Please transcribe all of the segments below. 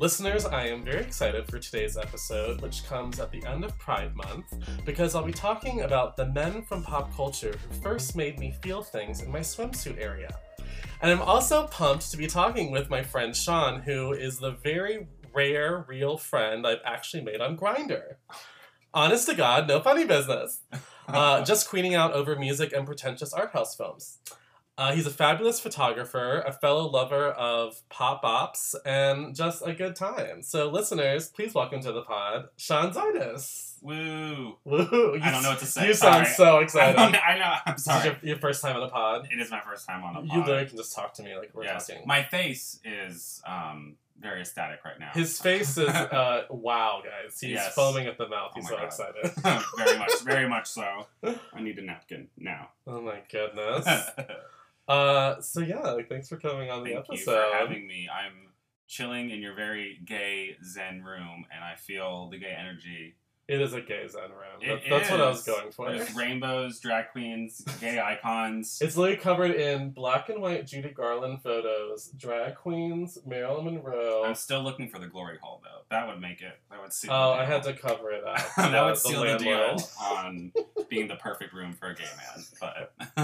Listeners, I am very excited for today's episode, which comes at the end of Pride Month, because I'll be talking about the men from pop culture who first made me feel things in my swimsuit area. And I'm also pumped to be talking with my friend Sean, who is the very rare real friend I've actually made on Grinder. Honest to God, no funny business. Uh, just queening out over music and pretentious art house films. Uh, he's a fabulous photographer, a fellow lover of pop ops, and just a good time. So, listeners, please welcome to the pod, Sean Zardes. Woo! Woohoo! I don't know what to say. You sound Sorry. so I, excited. don't, I know. I'm This is sorry. your, your first time on the pod. It is my first time on a You pod. literally can just talk to me like we're Yes. talking. My face is um, very ecstatic right now. His face is uh, wow, guys. He's Yes. foaming at the mouth. Oh He's my so God. excited. very much, very much so. I need a napkin now. Oh my goodness. Thank uh, so yeah, like, thanks for coming on the you episode. for having me. I'm chilling in your very gay Zen room, and I feel the gay energy. it is a gay zen room. It That- that's what I was is. going for. There's rainbows, drag queens, gay icons. It's literally covered in black and white Judy Garland photos, drag queens, Marilyn Monroe. I'm still looking for the glory hole though. That would make it. That would seal. Oh, the I had deal. to cover it up. that Uh, would seal the landlord. deal on being the perfect room for a gay man.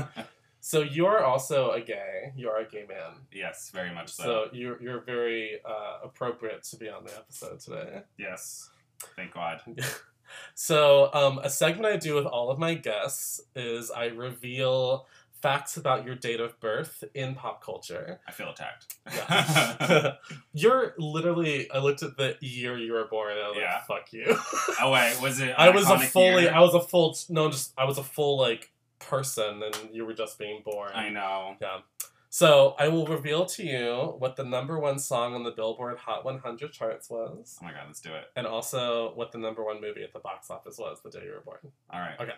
But So you're also a gay. You are a gay man. yes, very much so. So you're you're very uh, appropriate to be on the episode today. Yes, thank God. So, um, a segment I do with all of my guests is I reveal facts about your date of birth in pop culture. I feel attacked. Yeah. you're literally, I looked at the year you were born and I was Yeah. like, fuck you. oh wait, was it? I was a iconic fully, year? I was a full, no, just, I was a full, like, person and you were just being born. I know. So, I will reveal to you what the number one song on the Billboard Hot 100 charts was, Oh my God, let's do it. and also what the number one movie at the box office was the day you were born. All right. Okay.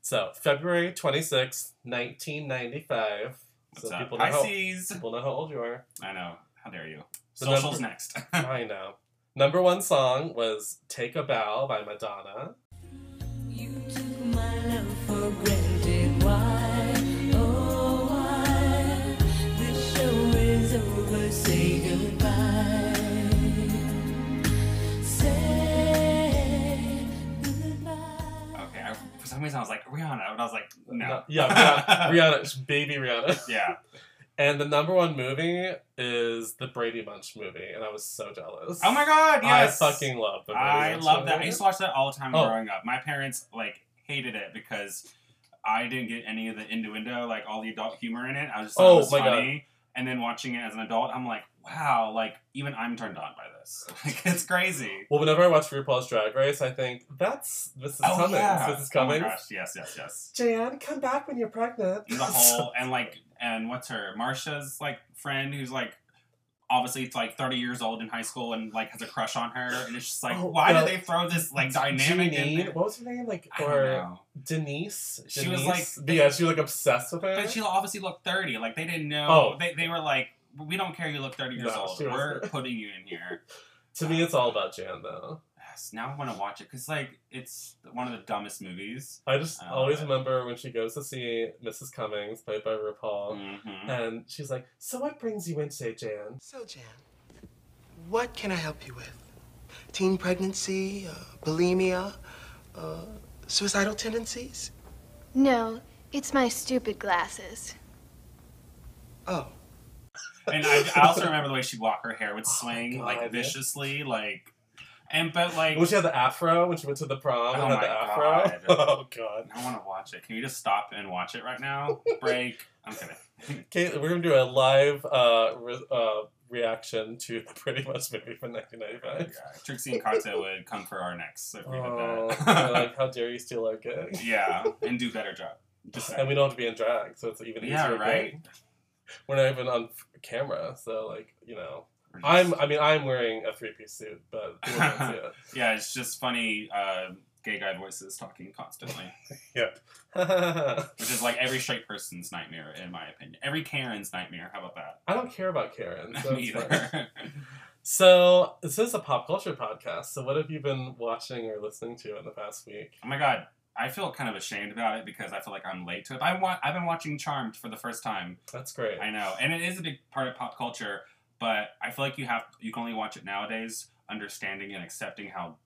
So February twenty sixth, 1995. What's so up? people know, how, Pisces. people know how old you are. I know. How dare you? The Social's next. I know. Number one song was Take a Bow by Madonna. You took my love for granted. Why, oh why? This show is over. Say goodbye. Say goodbye. okay. I, for some reason, I was like Rihanna, but I was like, no. No, yeah, Rihanna, Rihanna, baby Rihanna. yeah. And the number one movie is the Brady Bunch movie, and I was so jealous. Oh my God. Yes. I fucking love the Brady I Bunch love that. I movie. used to watch that all the time Oh. growing up. My parents like hated it because I didn't get any of the innuendo, like all the adult humor in it. I was just thought Oh, it was my God. funny. And then watching it as an adult, I'm like, wow, like even I'm turned on by this. Like it's crazy. Well, whenever I watch RuPaul's Drag Race, I think that's Mrs. oh Cummings. yeah. Mrs. Oh Cummings. my gosh. Yes, yes, yes. Jan, come back when you're pregnant. And the whole and like and what's her Marsha's like friend who's like. Obviously, it's like 30 years old in high school and like has a crush on her, and it's just like, Oh, why uh, did they throw this like dynamic in Jeanine- there? What was her name? Like I don't or know. Denise. She was, Denise? like- yeah, she was like obsessed with her. But she obviously looked 30. Like, they didn't know. Oh. They, they were like, we don't care you look 30 years No, old. she was- We're putting you in here. to me, it's all about Jan though. Yes, now I want to watch it because, like, it's one of the dumbest movies. I just I love always it. remember when she goes to see Mrs. Cummings, played by RuPaul, Mhm. and she's like, "So what brings you in today, Jan?" So, Jan, what can I help you with? Teen pregnancy, uh, bulimia, uh, suicidal tendencies? No, it's my stupid glasses. Oh, And I, I also remember the way she'd walk, her hair would Oh my God, swing, yeah. like, viciously. Like, and, but, like, When she had the afro when she went to the prom Oh and had my the afro. God. Oh god. I want to watch it. Can you just stop and watch it right now? Break. I'm kidding. Okay, we're gonna do a live uh, re- uh, reaction to the Pretty Much movie from 1995. Yeah, Trixie and Kata would come for our next if we Oh, did they're that. like how dare you steal our gig? yeah, and do better job. Just saying. And we don't have to be in drag, so it's even yeah, easier. to right? get- We're not even on f- camera, so like you know, We're just- I'm. I mean, I'm wearing a three piece suit, but people can't see it. Yeah, it's just funny uh, gay guy voices talking constantly, which is like every straight person's nightmare, in my opinion. Every Karen's nightmare. How about that? I don't care about Karen. So, Me it's fine. either. so this is a pop culture podcast. So what have you been watching or listening to in the past week? oh my god, I feel kind of ashamed about it because I feel like I'm late to it. But I want. I've been watching Charmed for the first time. That's great. I know, and it is a big part of pop culture. but I feel like you have you can only watch it nowadays, understanding and accepting how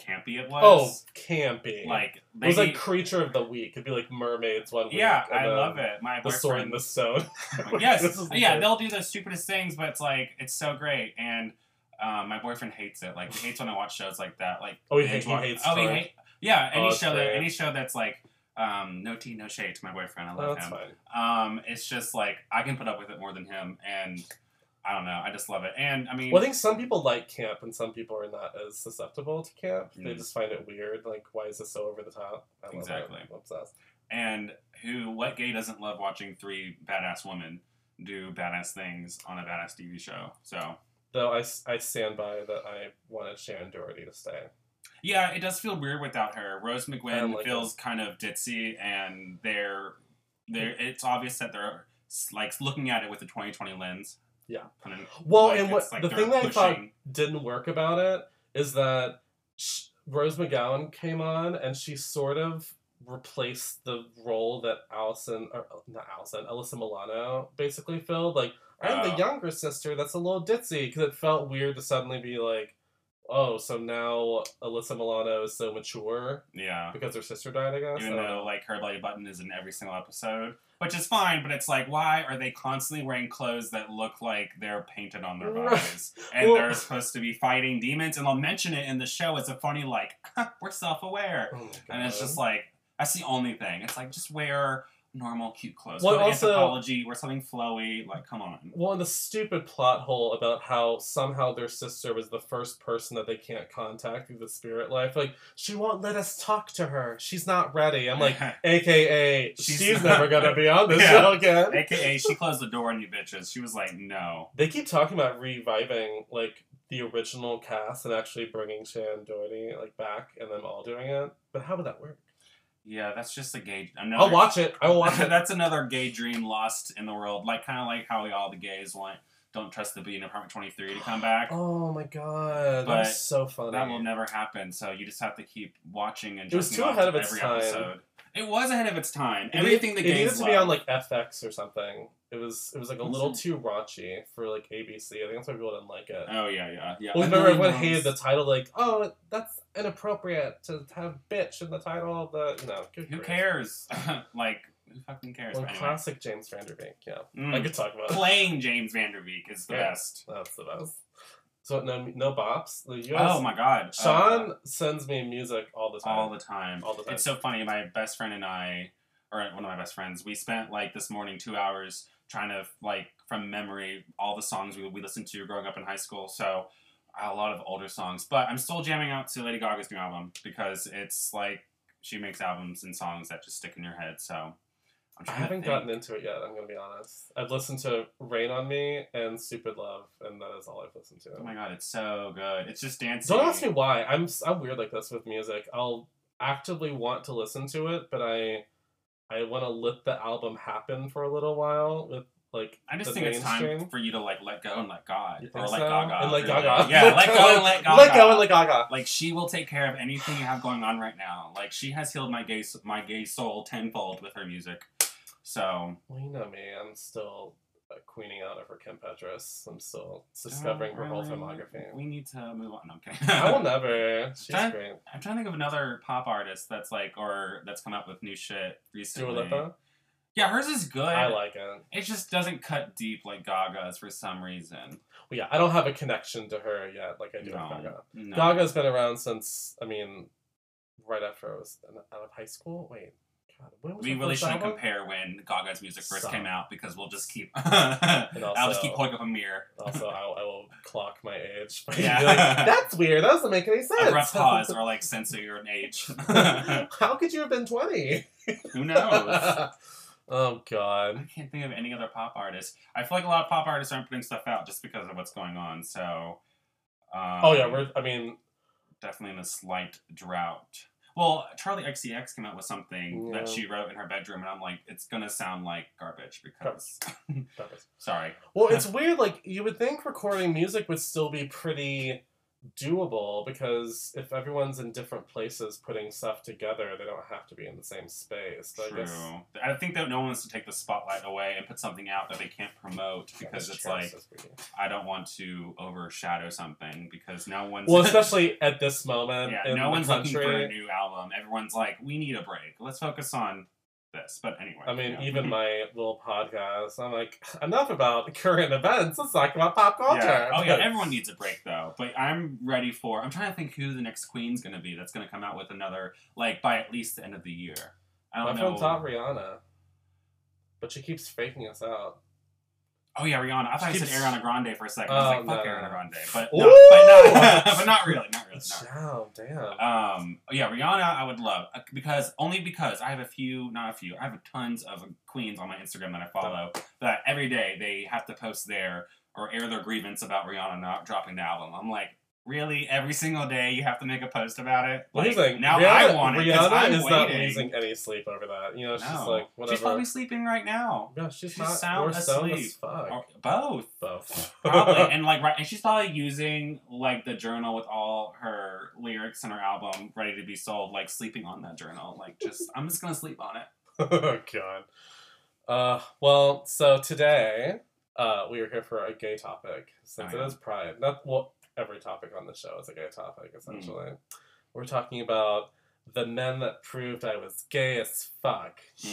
campy it Oh, was. campy. like it they, was like creature of the week. It'd be like mermaids one week. yeah, and I then love it. My The sword boyfriend in the stone. Like, this yes, is yeah, insane. they'll do the stupidest things, but it's like it's so great. And um, my boyfriend hates it. Like he hates when I watch shows like that. Like Oh, he binge hate- he watch- hates Oh, he Charmed. hate. Yeah, Oh, any that's show that great. any show that's like um, no tea, no shade to my boyfriend. I No, love that's him. fine. Um, it's just like I can put up with it more than him, and I don't know. I just love it. And I mean, Well, I think some people like camp and some people are not as susceptible to camp. They Mm. just find it weird. Like, why is this so over the top? I love it. Exactly. I'm obsessed. and who what gay doesn't love watching three badass women do badass things on a badass TV show? So Though I, s- I stand by that I wanted Sharon Doherty to stay. Yeah, it does feel weird without her. Rose don't McGuinn like feels kind of ditzy, and they're they're. It's obvious that they're s- like looking at it with a 2020 lens. Yeah. Pun in- Well, like, and what it's like the they're thing that I thought pushing- didn't work about it is that sh Rose McGowan came on and she sort of replaced the role that Allison, or oh, not Allison, Alyssa Milano basically filled. Like, I'm the Oh. younger sister that's a little ditzy because it felt weird to suddenly be like, oh, so now Alyssa Milano is so mature yeah. because her sister died, I guess. Even I don't though know. like her bloody button is in every single episode, which is fine, but it's like why are they constantly wearing clothes that look like they're painted on their Right. bodies, and Well- they're supposed to be fighting demons? And they'll mention it in the show. It's a funny like we're self-aware. Oh my And it's just God. like that's the only thing. It's like just wear normal cute clothes. Well, Well, also- anthropology, wear something flowy. Like, come on. Well, and the stupid plot hole about how somehow their sister was the first person that they can't contact through the spirit life. Like, she won't let us talk to her. She's not ready. I'm like, AKA, she's, She's never not- going to be on this Yeah. show again. AKA, she closed the door on you bitches. She was like, no. They keep talking about reviving, like, the original cast and actually bringing Shan Doherty, like, back and them all doing it. But how would that work? Yeah, that's just a gay. Another, I'll watch it. I will watch it. that's another gay dream lost in the world. Like, kind of like how we all the gays want Don't Trust the Bee in Apartment 23 to come back. Oh my god. But That's so funny. That will never happen. So you just have to keep watching and It was just too ahead of its every time. episode. It was ahead of its time. It Everything needed, the gays it needed to be love. on like FX or something. It was it was like a Was little it? too raunchy for like ABC. I think that's why people didn't like it. Oh yeah, yeah, yeah. well, A remember million everyone moms. hated the title, like, oh, that's inappropriate to have bitch in the title of the you know. good Who grief. cares? like, who fucking cares? Well, But anyway. classic James Vanderbeek, yeah. Mm. I could talk about it. Playing James Vanderbeek is the Yeah. best. That's the best. So no no bops. The US, Oh my god. Sean Uh, sends me music all the time. all the time. All the time. It's so funny. My best friend and I, or one of my best friends, we spent like this morning two hours trying to, like, from memory, all the songs we, we listened to growing up in high school. So a lot of older songs. But I'm still jamming out to Lady Gaga's new album because it's like she makes albums and songs that just stick in your head. So I'm I trying haven't to think. gotten into it yet, I'm gonna be honest. I've listened to Rain on Me and Stupid Love, and that is all I've listened to. Oh my god, it's so good. It's just dancing. Don't ask me why. I'm s- I'm weird like this with music. I'll actively want to listen to it, but I I want to let the album happen for a little while with like I just the think it's time mainstream. for you to like let go and let God, You think or let so? Gaga, and like really. Gaga. Yeah, let go and let Gaga. Let go and let Gaga. Like she will take care of anything you have going on right now. Like she has healed my gay my gay soul tenfold with her music. So Well, you know me. I'm still uh, queening out over Kim Petras. I'm still discovering her whole really, filmography. We need to move on. No, I'm kidding. I will never. She's Huh? great. I'm trying to think of another pop artist that's like or that's come up with new shit Dua recently. Lipa. Yeah, hers is good. I like it. Well, It just doesn't cut deep like Gaga's for some reason. yeah, I don't have a connection to her yet, like I do with Gaga. no. Gaga's been around since I mean, right after I was in- out of high school. Wait, God, when was We her really first shouldn't album? compare when Gaga's music first Suck. came out because we'll just keep. I'll also- just keep holding up a mirror. Also, I will, I will clock my age. by Yeah. being like, that's weird. That doesn't make any sense. A rough pause or like censor your age. How could you have been twenty? Who knows? oh God. I can't think of any other pop artist. I feel like a lot of pop artists aren't putting stuff out just because of what's going on. So. Um, Oh yeah, we're. I mean, definitely in a slight drought. Well, Charlie XCX came out with something that Yeah. she wrote in her bedroom, and I'm like, it's gonna sound like garbage because. that was- Sorry. well, it's weird. Like you would think recording music would still be pretty doable because if everyone's in different places putting stuff together, they don't have to be in the same space. So I True. guess I think that no one wants to take the spotlight away and put something out that they can't promote because it's like I don't want to overshadow something because no one's well, especially at this moment yeah, in no the one's country. looking for a new album. Everyone's like, we need a break. Let's focus on this. But anyway, I mean, yeah. even my little podcast, I'm like, enough about current events. Let's talk about pop culture. yeah. oh yeah, everyone needs a break though. But I'm ready for. I'm trying to think who the next queen's gonna be. That's gonna come out with another like by at least the end of the year. I My don't friend know. thought Rihanna, but she keeps faking us out. Oh yeah, Rihanna. I thought She you said keeps- Ariana Grande for a second. I was Oh, like, fuck no, no, Ariana no. Grande, but no, but not, but not really, not really, not Wow, damn. Um, yeah, Rihanna, I would love uh, because only because I have a few, not a few, I have tons of queens on my Instagram that I follow that every day they have to post their or air their grievance about Rihanna not dropping the album. I'm like, really? Every single day you have to make a post about it? Well, Like, here's the thing, now Rihanna, I want it. 'cause Rihanna I'm is waiting. not losing any sleep over that. You know, she's No. like, whatever. She's probably sleeping right now. yeah, she's, she's not. sound we're stoned as asleep. fuck. Or both. Both. probably and like right and she's probably using like the journal with all her lyrics and her album ready to be sold like sleeping on that journal like just i'm just gonna sleep on it oh god. Uh, well, so today uh, we are here for a gay topic since Oh, it yeah. is Pride. Not well, every topic on the show is a gay topic Hmm. essentially. We're talking about the men that proved I was gay as fuck. Hmm.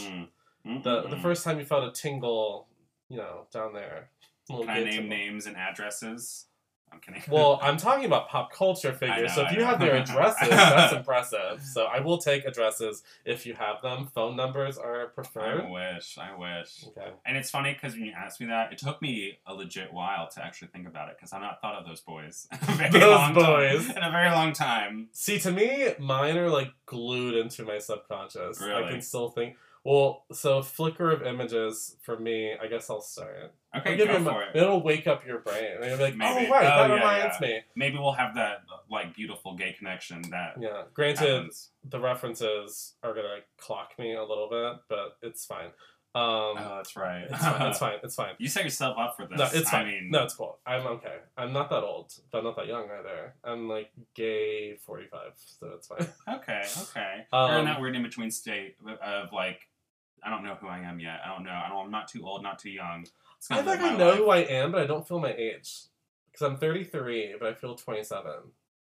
Hmm. Mm-hmm. The the first time you felt a tingle, you know, down there. can i name names and addresses i'm kidding Well, I'm talking about pop culture figures, so know, if I you know. have their addresses, that's impressive. So I will take addresses if you have them. Phone numbers are i preferred. wish i wish Okay. and it's funny because when you asked me that it took me a legit while to actually think about it because i've not thought of those boys in a very Those long time- boys. in a very long time See, to me, mine are like glued into my subconscious. I Really? can still think. Well, so flicker of images for me. I guess I'll start. okay I'll go you a for mo- it It'll wake up your brain. And you'll be like, Maybe. oh right, Oh, that yeah, reminds me. maybe we'll have that like beautiful gay connection that Yeah. Granted, happens. the references are gonna clock me a little bit, but it's fine. Um, Oh, that's right. it's fine. It's fine. It's fine. you set yourself up for this. No, it's fine. I mean, no, it's cool. I'm okay. I'm not that old, but I'm not that young either. I'm like gay 45, so it's fine. okay, okay. Um, We're in that weird in between state of like, I don't know who I am yet. I don't know. I don't. I'm not too old. Not too young. It's I gonna think live I my know life. who I am, but I don't feel my age. Because I'm 33, but I feel 27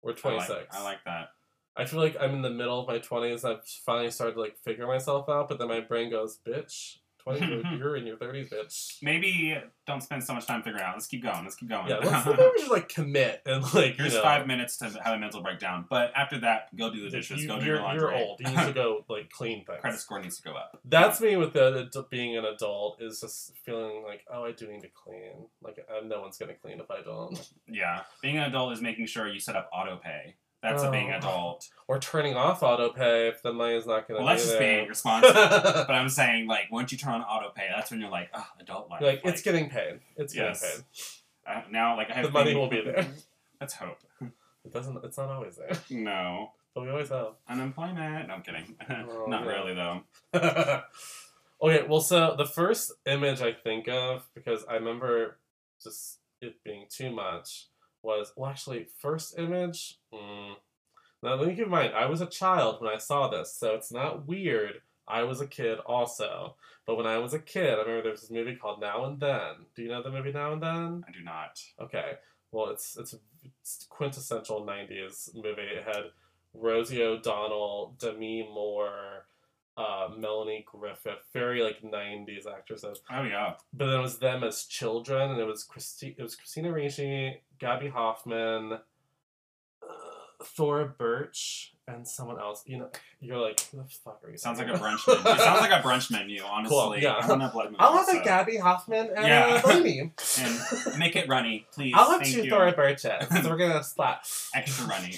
or I 26. like- I like that. I feel like I'm in the middle of my 20s. and I've finally started to like figure myself out, but then my brain goes, "Bitch, 20, you're in your 30s, bitch." Maybe don't spend so much time figuring out. Let's keep going. Let's keep going. Yeah, let's maybe we should like commit and like Here's you know, five minutes to have a mental breakdown. But after that, go do the dishes. You, go do you're, your laundry. you're old. You need to go like clean things. Credit score needs to go up. That's me with the, the- being an adult is just feeling like, oh, I do need to clean. Like, uh, no one's gonna clean if I don't. Yeah, being an adult is making sure you set up auto pay. That's a being Oh. adult. Or turning off autopay if the money's not gonna. Well, be that's just there. being responsible. but I'm saying, like, once you turn on auto pay, that's when you're like, oh, adult life. You're like, it's getting paid. It's Yes. getting uh, now, like, I have paid. The money will be there. Let's hope. It doesn't. It's not always there, No but we always have. unemployment. No, I'm kidding. Oh, Not yeah. really though. okay, well, so the first image I think of because I remember just it being too much was well, actually, first image. Mm, now let me keep in mind, I was a child when I saw this, so it's not weird. I was a kid also, but when I was a kid, I remember there was this movie called Now and Then. Do you know the movie Now and Then? I do not. Okay. Well, it's it's, it's quintessential '90s movie. It had Rosie O'Donnell, Demi Moore, uh, Melanie Griffith, very like '90s actresses. Oh yeah. But then it was them as children, and it was Christi- it was Christina Ricci, Gabby Hoffman, uh, Thora Birch, and someone else. You know, you're like, who the fuck are you? Sounds like talking a about?" brunch. menu. It sounds like a brunch menu. Honestly, yeah. I want a blood moon. I'll have so- a Gabby Hoffman and uh, Yeah. a Bellamy. And make it runny, please. I'll have Thank two you. Thora Birches. So we're gonna slap. Extra runny.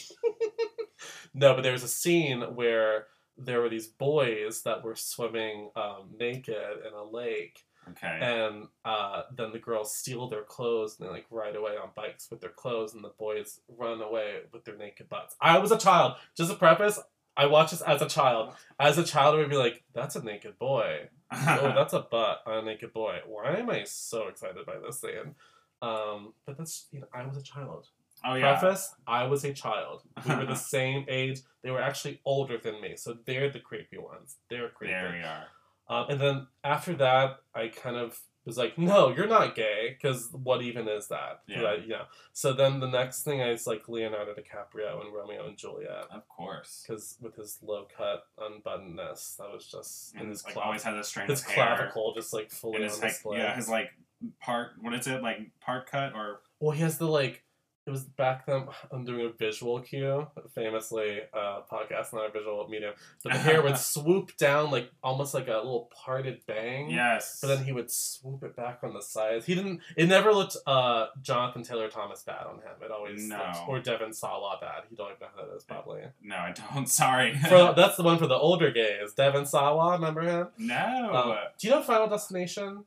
No, but there was a scene where there were these boys that were swimming um, naked in a lake, Okay. and uh, then the girls steal their clothes and they like ride away on bikes with their clothes, and the boys run away with their naked butts. I was a child. Just a preface. I watched this as a child. As a child, I would be like, "That's a naked boy. Uh-huh. Oh, that's a butt on a naked boy. Why am I so excited by this scene?" Um, but that's you know, I was a child. Oh yeah. Preface, I was a child. We were the same age. They were actually older than me, so they're the creepy ones. They're creepy. There we are. Um, and then after that, I kind of was like, "No, you're not gay," because what even is that? 'Cause Yeah. I- yeah. So then the next thing is like Leonardo DiCaprio and Romeo and Juliet, Of course. because with his low cut unbuttonnedness, that was just And in his it's like clav- always had this strand his of hair. clavicle just like fully and on his like display. yeah, his like part. What is it like? Part cut or Well, he has the like. It was back then. I'm doing a visual cue, famously uh, podcast, not a visual medium. But the hair would swoop down like almost like a little parted bang. yes. But then he would swoop it back on the sides. He didn't. It never looked uh, Jonathan Taylor Thomas bad on him. It always No. looked, or Devin Sawa bad. You don't even know who that is probably. no, I don't. Sorry. For, that's the one for the older gays. Devin Sawa, remember him? no. Um, do you know Final Destination?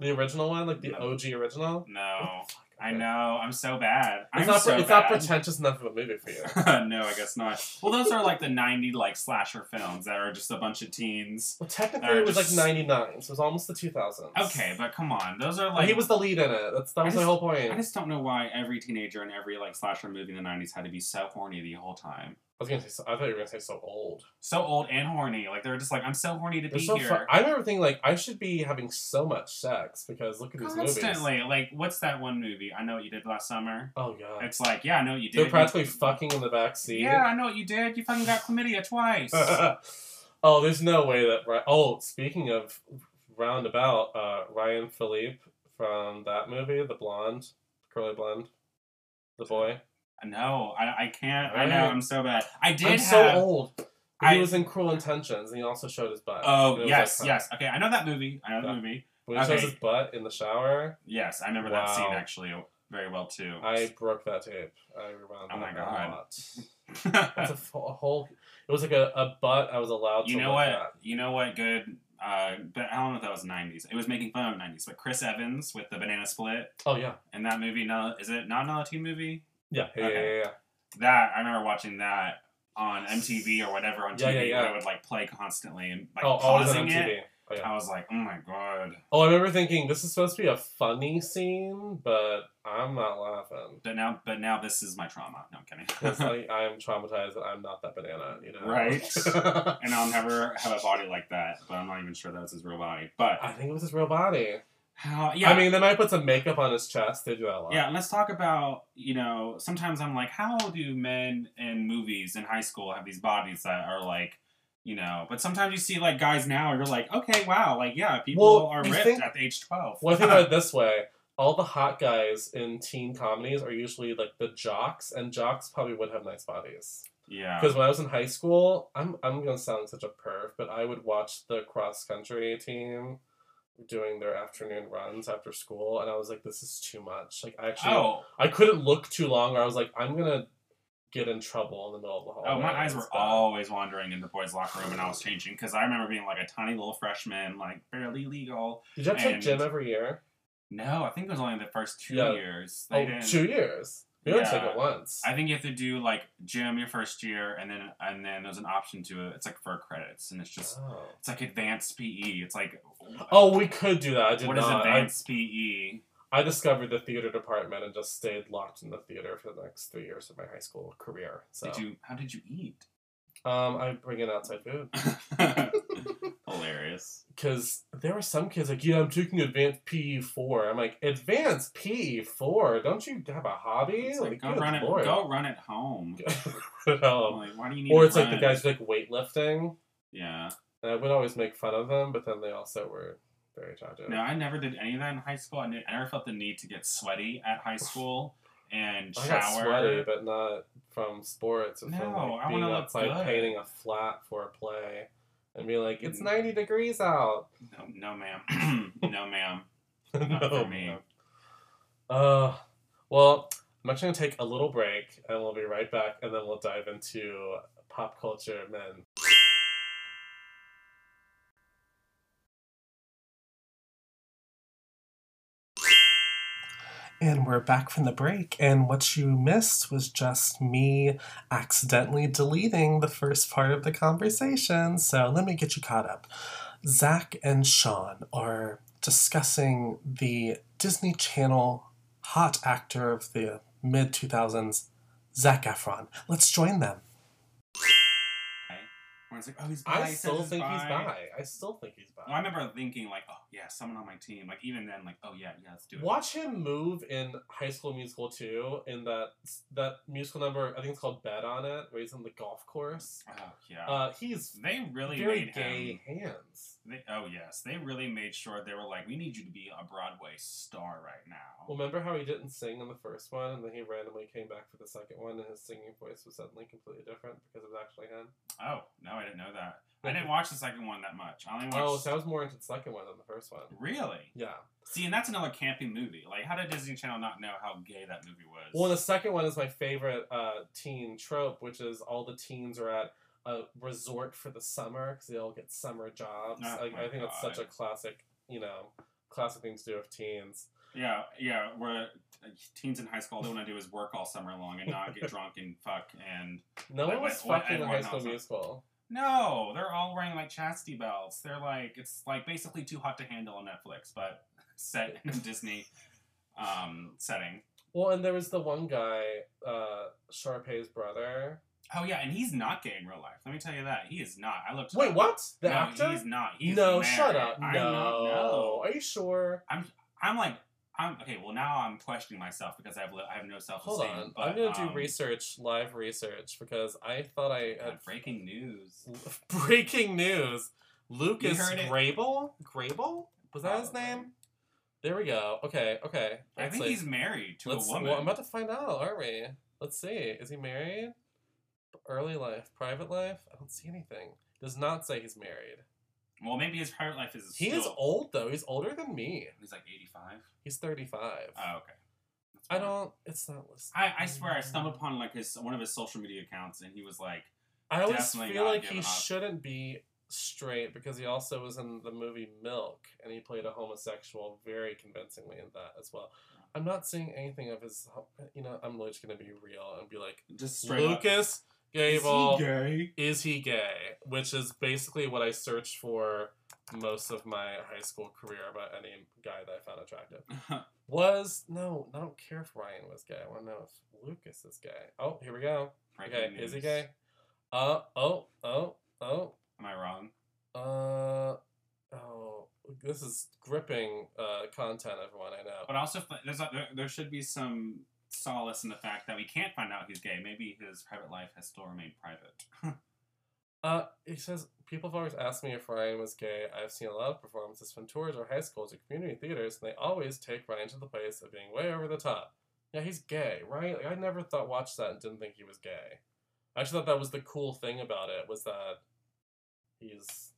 The original one, like the Ah. No. OG original. no. I Okay. know. I'm so bad. It's I'm not. so it's bad. not pretentious enough of a movie for you. no, I guess not. Well, those are like the '90 like slasher films that are just a bunch of teens. Well, technically, Or it was just- like '99, so it was almost the 2000s. Okay, but come on, those are But like he was the lead in it. That's that I was just- the whole I point. I, just don't know why every teenager in every like slasher movie in the '90s had to be so horny the whole time. was gonna say. So, I thought you were gonna say so old. So old and horny. Like they're just like, I'm so horny to They're be so here. fun. I remember thinking like I should be having so much sex because look at these movies. Constantly. Like, what's that one movie? I know what you did last summer. Oh god, It's like, yeah, I know what you did. they're practically You- fucking in the back seat. Yeah, I know what you did. You fucking got chlamydia twice. oh, there's no way that. Ry- Oh, speaking of roundabout, uh, Ryan Philippe from that movie, the blonde, curly blonde, the boy. no, I, I can't. I know. I'm so bad. I did I'm have. so old. I- he was in Cruel Intentions, and he also showed his butt. Oh And it was yes, like, huh. yes. Okay, I know that movie. I know Yeah. that movie. When he shows Okay. his butt in the shower, Yes, I remember that Wow. scene actually very well too. I broke that tape. I rewound Oh my that God. a lot. Uh, That's a, f- a whole. It was like a, a butt I was allowed you to. know look what? At. You know what? Good. Uh, but I don't know if that was '90s. It was making fun of '90s. But Chris Evans with the banana split Oh yeah, and that movie. No, is it not another teen movie? yeah, yeah, Okay. yeah, yeah. That I remember watching that on MTV or whatever on Yeah, TV. yeah, yeah. Where it would like play constantly and like oh, always on pausing MTV. it. Oh, yeah. I was like, oh my god. oh, I remember thinking this is supposed to be a funny scene, but I'm not laughing. But now, but now this is my trauma. No, I'm kidding. 'Cause I, I'm traumatized that I'm not that banana, you know. Right. and I'll never have a body like that. But I'm not even sure that was his real body. But I think it was his real body. how? Yeah. I mean, they might put some makeup on his chest. They do that a lot. Yeah, let's talk about, you know, sometimes I'm like, how do men in movies in high school have these bodies that are like, you know, but sometimes you see like guys now, you're like, okay, wow, like, yeah, people Well, are you ripped think- at the age 12. Well, I think about it this way. All the hot guys in teen comedies are usually like the jocks, and jocks probably would have nice bodies. yeah. Because when I was in high school, I'm I'm gonna sound such a perv, but I would watch the cross country team doing their afternoon runs after school, and I was like, this is too much. Like I actually Oh, I couldn't look too long, or I was like, I'm gonna get in trouble in the middle of the hallway. oh, my eyes were It's bad. always wandering in the boys' locker room when I was changing because I remember being like a tiny little freshman, like barely legal. Did you have to take and- gym every year? No, I think it was only the first two Yeah. years. They Oh, didn't- two years. You only took Yeah. it once. I think you have to do like gym your first year, and then and then there's an option to it. It's like for credits, and it's just Oh. It's like advanced PE. It's like Oh, we could do that. I did what is not. I, advanced E? PE? I discovered the theater department and just stayed locked in the theater for the next three years of my high school career. So, Did you? How did you eat? um, I bring in outside food Hilarious. because there were some kids like, yeah, I'm taking advanced PE four. I'm like, advanced PE four? Don't you have a hobby? It's like, go good run it. lord. Go run it home. Um, Like, why do you need? or to it's like the run? guys who like weightlifting. Yeah. And I would always make fun of them, but then they also were very attractive. No, I never did any of that in high school. I, ne- I never felt the need to get sweaty at high school and I shower. got sweaty, but not from sports. Or from No, like, I being wanna look outside good. Mm. painting a flat for a play and be like, it's 90 degrees out. no, no, ma'am. no, ma'am. Not for me. Uh, well, I'm actually going to take a little break and we'll be right back and then we'll dive into pop culture men. And we're back from the break, and what you missed was just me accidentally deleting the first part of the conversation. So let me get you caught up. Zach and Sean are discussing the Disney Channel hot actor of the mid 2000s Zac Efron. Let's join them. Everyone's like, oh, he's bi. I, he says still think he's bi. bi. I still think he's bi. Well, I remember thinking like, oh yeah, someone on my team. Like even then, like, oh yeah, yeah, let's do it. Watch him move in High School Musical 2 in that that musical number, I think it's called Bed on It, where he's on the golf course. Oh yeah. Uh, he's they really very made gay him. hands. They, oh yes, they really made sure they were like, we need you to be a Broadway star right now. Well, remember how he didn't sing in the first one and then he randomly came back for the second one and his singing voice was suddenly completely different because it was actually him? oh no, I didn't know that. I didn't watch the second one that much. I only watched. Oh, so I was more into the second one than the first one. really? Yeah. See, and that's another campy movie. Like, how did Disney Channel not know how gay that movie was? Well, the second one is my favorite uh, teen trope, which is all the teens are at a resort for the summer because they all get summer jobs. Oh like, my I think that's such a God. classic, you know, classic thing to do with teens. yeah, yeah. Where uh, teens in high school, all they want to do is work all summer long and not get drunk and fuck and No Wait, one was wait, what- fucking in and High what School else? Musical. No, they're all wearing like chastity belts. They're like it's like basically too hot to handle on Netflix, but set in a Disney um, setting. Well, and there was the one guy, uh, Sharpay's brother. Oh yeah, and he's not gay in real life. Let me tell you that he is not. I looked. it Wait, up. what? The no, actor? He's not. He's no, married. shut up. I'm no. not- no. Are you sure? I'm like I'm okay. Well, now I'm questioning myself because I have li- I have no self Hold esteem. on. But, I'm going to do um, research, live research, because I thought I God, had breaking news. Breaking news. Lucas heard it. Grable? Grable? Was that his Probably. name? There we go. Okay, okay. I Let's think see. he's married to Let's, a woman. Well, I'm about to find out, aren't we? Let's see. Is he married? Early life, private life? I don't see anything. Does not say he's married. Well, maybe his private life is. He still, is old though. He's older than me. He's like 85. He's 35. Oh, okay. That's I fine. don't. It's not listed. I, I swear I stumbled upon like his one of his social media accounts and he was like, I always Definitely feel not like he giving up. shouldn't be straight because he also was in the movie Milk and he played a homosexual very convincingly in that as well. I'm not seeing anything of his. ho- You know, I'm just gonna be real and be like, just straight up. Lucas Is Gable he gay? is he gay? Which is basically what I searched for most of my high school career about any guy that I found attractive. Was no, I don't care if Ryan was gay. I want to know if Lucas is gay. Oh, here we go. Breaking Okay, is he news. gay? Uh oh oh oh Am I wrong? uh oh. This is gripping uh, content, everyone. I know. But also, f- there's a, there, there should be some solace in the fact that we can't find out he's gay. Maybe his private life has still remained private. Uh, he says people have always asked me if Ryan was gay. I've seen a lot of performances from tours or high schools or community theaters, and they always take Ryan to the place of being way over the top. Yeah, he's gay, right? Like I never thought watched that and didn't think he was gay. I actually thought that was the cool thing about it was that he's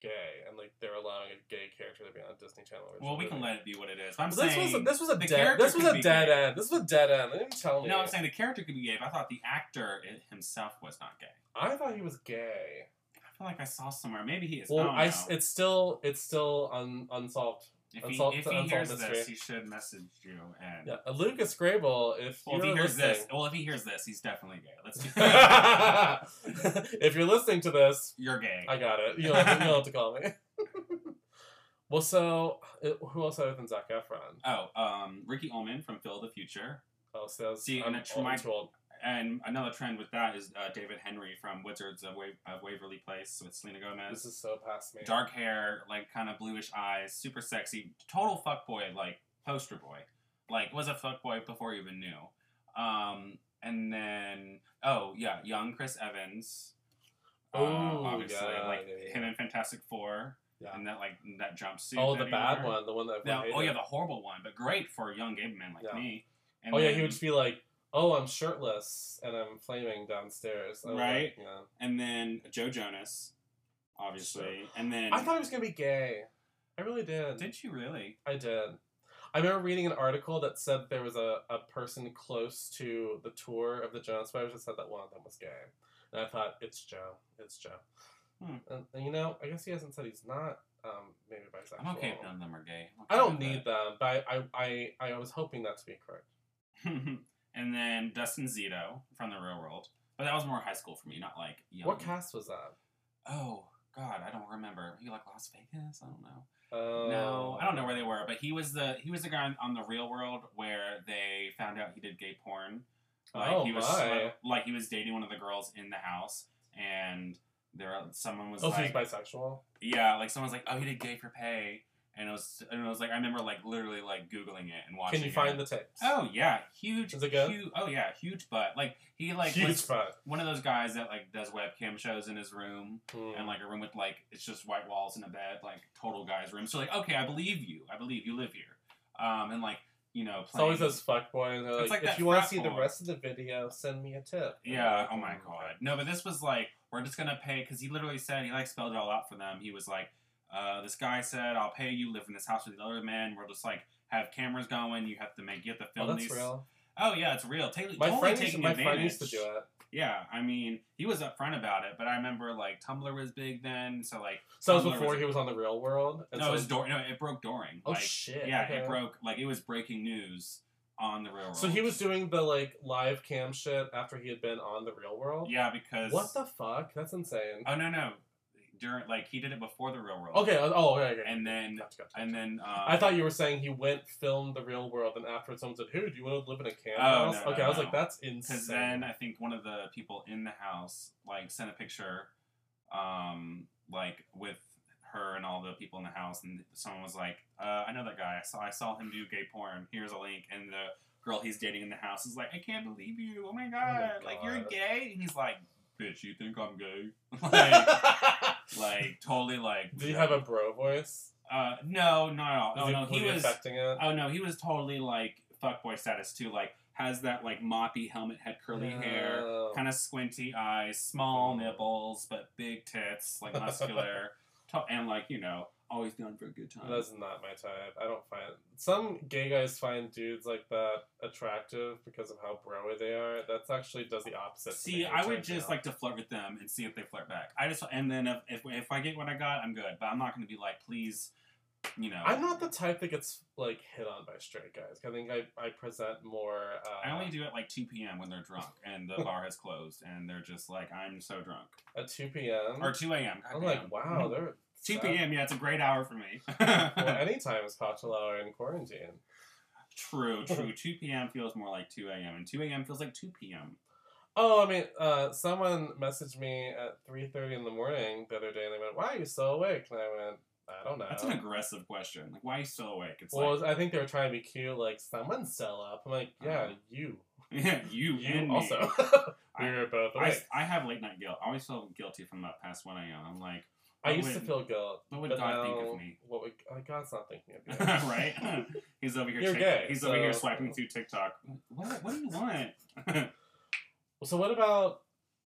gay, and like they're allowing a gay character to be on a Disney Channel. original well, we can movie. let it be what it is. But I'm This saying was a, this was a the dead character this was could a be dead gay. end. This was a dead end. They didn't tell me. No, I'm saying the character could be gay, but I thought the actor i- himself was not gay. I thought he was gay. I feel like I saw somewhere. Maybe he is. Well, I don't I know. s it's still it's still un, unsolved. if he, unsolved- if he unsolved hears mystery. this, he should message you. And Yeah, uh, Lucas Grable. If well, if he you're hears listening, this, well, if he hears this, he's definitely gay. Let's do if you're listening to this, You're gay. I got it. You'll have to, you'll have to call me. well, so uh, who else other than Zac Efron? oh, um, Ricky Ullman from Phil the Future, Oh, so that's, See, I'm, and it's old- my- too old. and another trend with that is uh, David Henry from Wizards of, Wa- of Waverly Place with Selena This Gomez. is so past me. Dark hair, like kind of bluish eyes, super sexy, total fuckboy, like poster boy, like was a fuckboy before he even knew. Um, and then oh yeah, young Chris Evans. uh, Ooh, obviously, yeah, like yeah, yeah. him in Fantastic Four, Yeah. and that like that jumpsuit. Oh, that the he bad wore. one, the one that. No, everyone oh yeah, hated. the horrible one, but great for a young gay man like Yeah. me. And Oh yeah, he then- would just be like, "Oh, I'm shirtless and I'm flaming downstairs." I'm like, Right. yeah. And then Joe Jonas, obviously, and then I thought he was gonna be gay. I really did. did you really? I did. I remember reading an article that said there was a, a person close to the tour of the Jonas Brothers that said that one of them was gay. And I thought, it's Joe. It's Joe. Hmm. And, and you know, I guess he hasn't said he's not um, maybe bisexual. I'm okay if none of them are gay. I'm I okay don't with need it. them, but I, I, I, I was hoping that to be correct. and then Dustin Zito from the Real World, but that was more high school for me, not like young. What cast was that? Oh God, I don't remember. He maybe like Las Vegas. I don't know. Oh. No, I don't know where they were, but he was the he was the guy on, on the Real World where they found out he did gay porn. Like Oh, he was my. like he was dating one of the girls in the house, and there someone was Oh, so he's like, bisexual. yeah, like someone's like, oh, he did gay for pay, and it was and it was like I remember like literally like googling it and watching. Can you find it. the tapes? Oh yeah, huge. Is it good? hu- oh yeah, huge butt. Like he like huge was butt. one of those guys that like does webcam shows in his room Hmm. and like a room with like it's just white walls and a bed, like total guy's room. So like, okay, I believe you. I believe you live here. Um, and like you know, playing, it's always those fuck boys. They're It's like, like if that you want to frat see the boy." rest of the video, send me a tip. Yeah. Oh my god. No, but this was like we're just gonna pay because he literally said he like spelled it all out for them. He was like, uh, this guy said, "I'll pay you. Live in this house with the other men. We'll just like have cameras going. You have to make you have to Oh, film that's these. real. Oh yeah, it's real. Take, My totally friend, used, taking my friend used to advantage. do it. Yeah, I mean, he was upfront about it, but I remember like Tumblr was big then, so like So that Tumblr was before was- he was on the Real World. and no, so it was Dor- no, it broke Doring. Oh like, shit! Yeah, okay. it broke. Like it was breaking news on the railroad. So he was doing the like live cam shit after he had been on the Real World. Yeah, because What the fuck? That's insane. Oh no no, during like he did it before the railroad. Okay. uh, Oh, okay. okay. And then Gotcha, gotcha, and gotcha. then um, I thought you were saying he went filmed the Real World, and afterwards someone said, "Who do you want to live in a camp Oh, house?" no, no, okay, I was no. like, "That's because insane." then I think one of the people in the house like sent a picture, um, like with her and all the people in the house, and someone was like, uh, "I know that guy. I saw I saw him do gay porn. Here's a link." And the girl he's dating in the house is like, "I can't believe you. Oh my god, like you're God. gay." And he's like, "Bitch, you think I'm gay?" like, like totally like. do you have a bro voice? Uh, no, not at all. Is Oh it no, he really was. affecting it. Oh no, he was totally like fuckboy status too. Like has that like moppy helmet, had curly hair, Oh. kind of squinty eyes, small Oh. nipples, but big tits, like muscular, to- and like you know always down for a good time. That's not my type. I don't find some gay guys find dudes like that attractive because of how bro they are. That's actually does the opposite. to See, me, I which would just don't. like to flirt with them and see if they flirt back. I just and then if if, if I get what I got, I'm good. But I'm not going to be like, please, you know. I'm not the type that gets like hit on by straight guys. I think I, I present more. Uh, I only do it like 2 p.m. when they're drunk and the bar has closed and they're just like, I'm so drunk. at two p.m. Or 2 a.m. I'm goddamn. like, wow, they're 2 sad. p.m. Yeah, it's a great hour for me. Well, any time is cocktail hour in quarantine. true, true. 2 p.m. feels more like 2 a.m. and 2 a.m. feels like 2 p.m. Oh, I mean, uh, someone messaged me at three thirty in the morning the other day, and they went, "Why are you still awake?" And I went, "I don't know." That's an aggressive question. Like, why are you still awake? It's Um, Well, like I think they were trying to be cute, like someone's still up. I'm like, yeah, Uh-huh. you, you, and you me. also. we I- were both I, awake. I have late night guilt. I always feel guilty from about past 1 a.m. I'm like, I, I used to wouldn't- feel guilt. what would but God now, think of me? What would oh, God's not thinking of you? right? he's over here. You're tick- gay, he's over here so- swiping through TikTok. What? What do you want? So, what about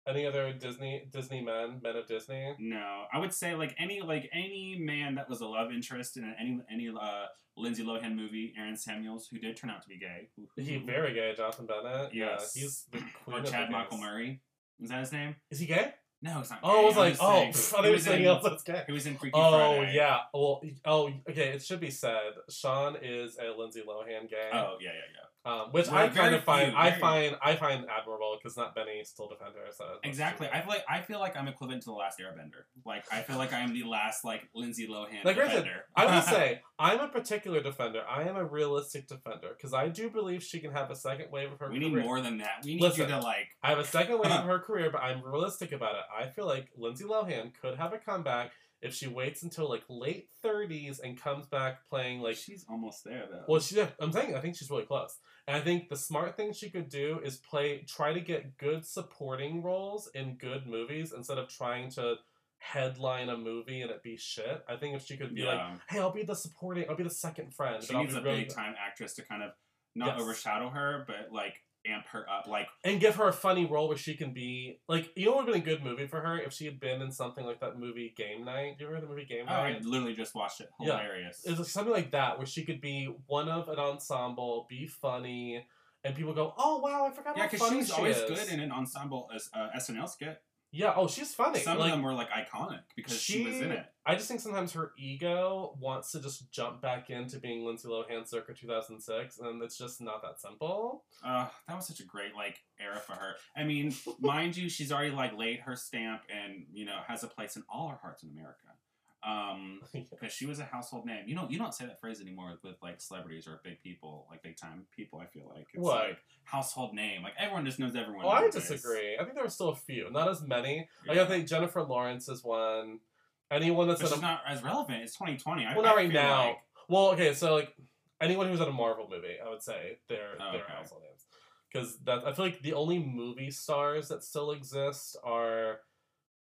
any other Disney Disney men, men of Disney? No, I would say like any like any man that was a love interest in any any uh, Lindsay Lohan movie, Aaron Samuels, who did turn out to be gay, He very gay, Jonathan Bennett. Mm-hmm. Yes. Yeah, he's the queen or of the Chad gays. Michael Murray. Is that his name? Is he gay? No, it's not. Oh, I gay. was I'm like, just oh, saying. pff, I He think was something in- else that's gay. He was in Freaky Oh Friday. yeah. Well, oh okay. It should be said. Sean is a Lindsay Lohan gang. Oh yeah, yeah, yeah. Um, which Well, I kind very of find few, I very- find I find admirable because not many still defend her. So that's Exactly. stupid. I feel like I feel like I'm equivalent to the last Airbender. Like I feel like I am the last like Lindsay Lohan Like, granted, Airbender. I will say I'm a particular defender. I am a realistic defender because I do believe she can have a second wave of her. we career. need more than that. We need Listen. you to like. I have a second wave of her career, but I'm realistic about it. I feel like Lindsay Lohan could have a comeback if she waits until like late 30s and comes back playing like she's almost there though. Well, she's. I'm saying I think she's really close, and I think the smart thing she could do is play, try to get good supporting roles in good movies instead of trying to headline a movie and it be shit. I think if she could be like, yeah. "Hey, I'll be the supporting, I'll be the second friend," She but I'll needs be a really big good- time actress to kind of not Yes. overshadow her, but like amp her up. Like and give her a funny role where she can be like, you know, what would have been a good movie for her if she had been in something like that movie Game Night. Do you remember the movie Game oh, I Night? literally just watched it. Yeah. Hilarious. It was like something like that where she could be one of an ensemble, be funny. And people go, oh wow, I forgot yeah, how because funny she's she always is." good in an ensemble as uh, SNL skit. Yeah. Oh, she's funny. Some like, of them were like iconic because she, was in it. I just think sometimes her ego wants to just jump back into being Lindsay Lohan circa 2006, and it's just not that simple. Uh, that was such a great like era for her. I mean, mind you, she's already like laid her stamp and you know has a place in all our hearts in America. Um, because she was a household name. You know, you don't say that phrase anymore with, with, like celebrities or big people, like big time people. I feel like it's What? like household name. Like everyone just knows everyone. Well, I nowadays. disagree. I think there were still a few, not as many. Like, Yeah. I think Jennifer Lawrence is one. Anyone that's Which in is a not as relevant. It's 2020. I, well, not I right feel now. like- Well, okay, so like anyone who's in a Marvel movie, I would say they're Oh, they're okay. household names because that I feel like the only movie stars that still exist are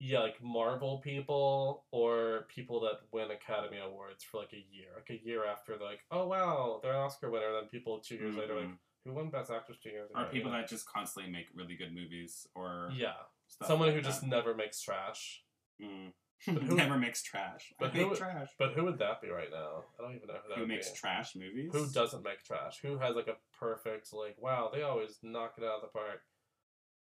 yeah, like Marvel people or people that win Academy Awards for like a year, like a year after like oh wow they're an Oscar winner, and then people two years later like Mhm. who won Best Actress two years ago? Or people you know? that just constantly make really good movies or uh, yeah, stuff someone like who that. just never makes trash. Mm. who- never makes trash. but I hate who- trash. But who would that be right now? I don't even know who that Who would makes be. trash movies? Who doesn't make trash? Who has like a perfect like? Wow, they always knock it out of the park.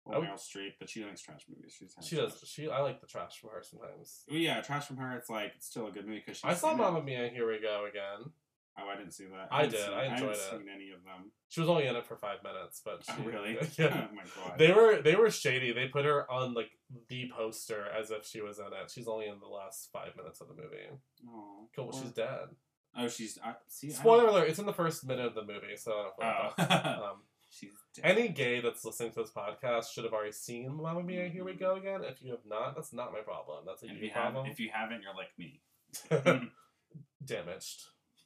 Well, Oh. Meryl Streep, but she makes trash movies. She's had She trash. does. She I like the trash from her sometimes. Well, yeah, trash from her. It's like it's still a good movie because I saw Mamma Mia. Here we go again. Oh, I didn't see that. I haven't did. seen- I enjoyed it. haven't seen any of them. She was only in it for five minutes, but she, Oh, really? yeah. oh my god. They were they were shady. They put her on like the poster as if she was in it. She's only in the last five minutes of the movie. Aw, Cool. poor- She's dead. Oh, she's. I, see. I don't- Spoiler alert! It's in the first minute of the movie, so I don't know. Oh. Um, she's dead. Any gay that's listening to this podcast should have already seen Mamma Mia. Here we go again. If you have not, that's not my problem. That's a And Mm-hmm. if you you have, problem. if you haven't, you're like me, Damaged.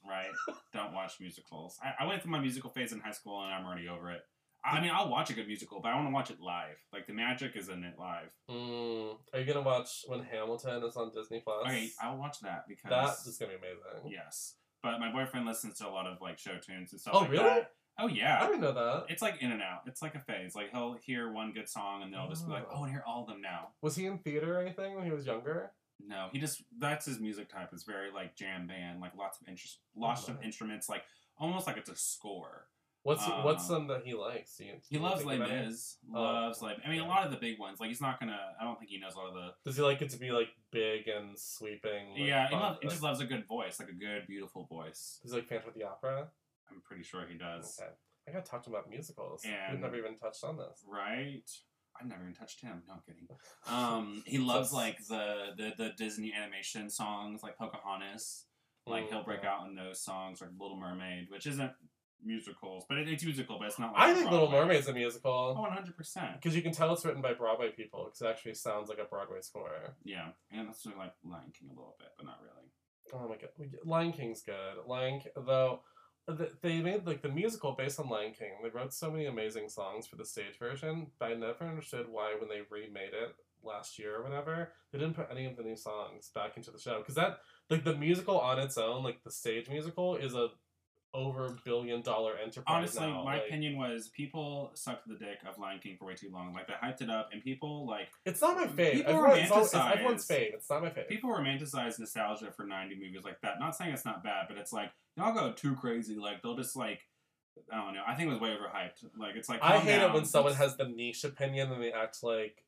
right? don't watch musicals. I, I went through my musical phase in high school, and I'm already over it. I mean, I'll watch a good musical, but I want to watch it live. Like the magic is in it live. Mm, are you gonna watch when Hamilton is on Disney Plus? Okay, I'll watch that because that is gonna be amazing. Yes, but my boyfriend listens to a lot of like show tunes and stuff. Oh, like really? That. Oh I yeah, didn't know that. it's like in and out. It's like a phase. Like he'll hear one good song and then I'll just be like, Oh. oh, and hear all of them now. Was he in theater or anything when he was younger? No, he just that's his music type. It's very like jam band, like lots of interest, lots love of it. instruments, like almost like it's a score. What's Uh, what's some that he likes? Do you- do He you loves think Les about it? Mis, Oh, loves like I mean a yeah. lot of the big ones. Like he's not gonna. I don't think he knows a lot of the. Does he like it to be like big and sweeping? like, yeah, he, fun? loves, he just loves a good voice, like a good, beautiful voice. Does he like Phantom of the Opera? I'm pretty sure he does. Okay. I gotta talk to him about musicals. We've And- never even touched on this. right? I've never even touched him. No, I'm kidding. Um, he loves like the, the the Disney animation songs, like Pocahontas. Like he'll break Mm. out in those songs, like Little Mermaid, which isn't musicals, but it, it's musical, but it's not. like I think Little Broadway. Mermaid's a Oh, musical 100 percent. because you can tell it's written by Broadway people because it actually sounds like a Broadway score. Yeah, and that's sort of like Lion King a little bit, but not really. Oh my god, We- Lion King's good. Lion Ki- though, th- they made like the musical based on Lion King. They wrote so many amazing songs for the stage version, but I never understood why when they remade it last year or whenever they didn't put any of the new songs back into the show because that like the musical on its own, like the stage musical, is a over billion dollar enterprise. Honestly, now. my like, opinion was people sucked the dick of Lion King for way too long. Like they hyped it up, and people like It's not my fave. People Everyone- it's always- it's romanticize- everyone's fave. It's not my fave. people romanticize nostalgia for 90 movies like that not saying it's not bad but it's like y'all go too crazy like they'll just like i don't know i think it was way overhyped like it's like I calm hate down. it when someone It's- has the niche opinion and they act like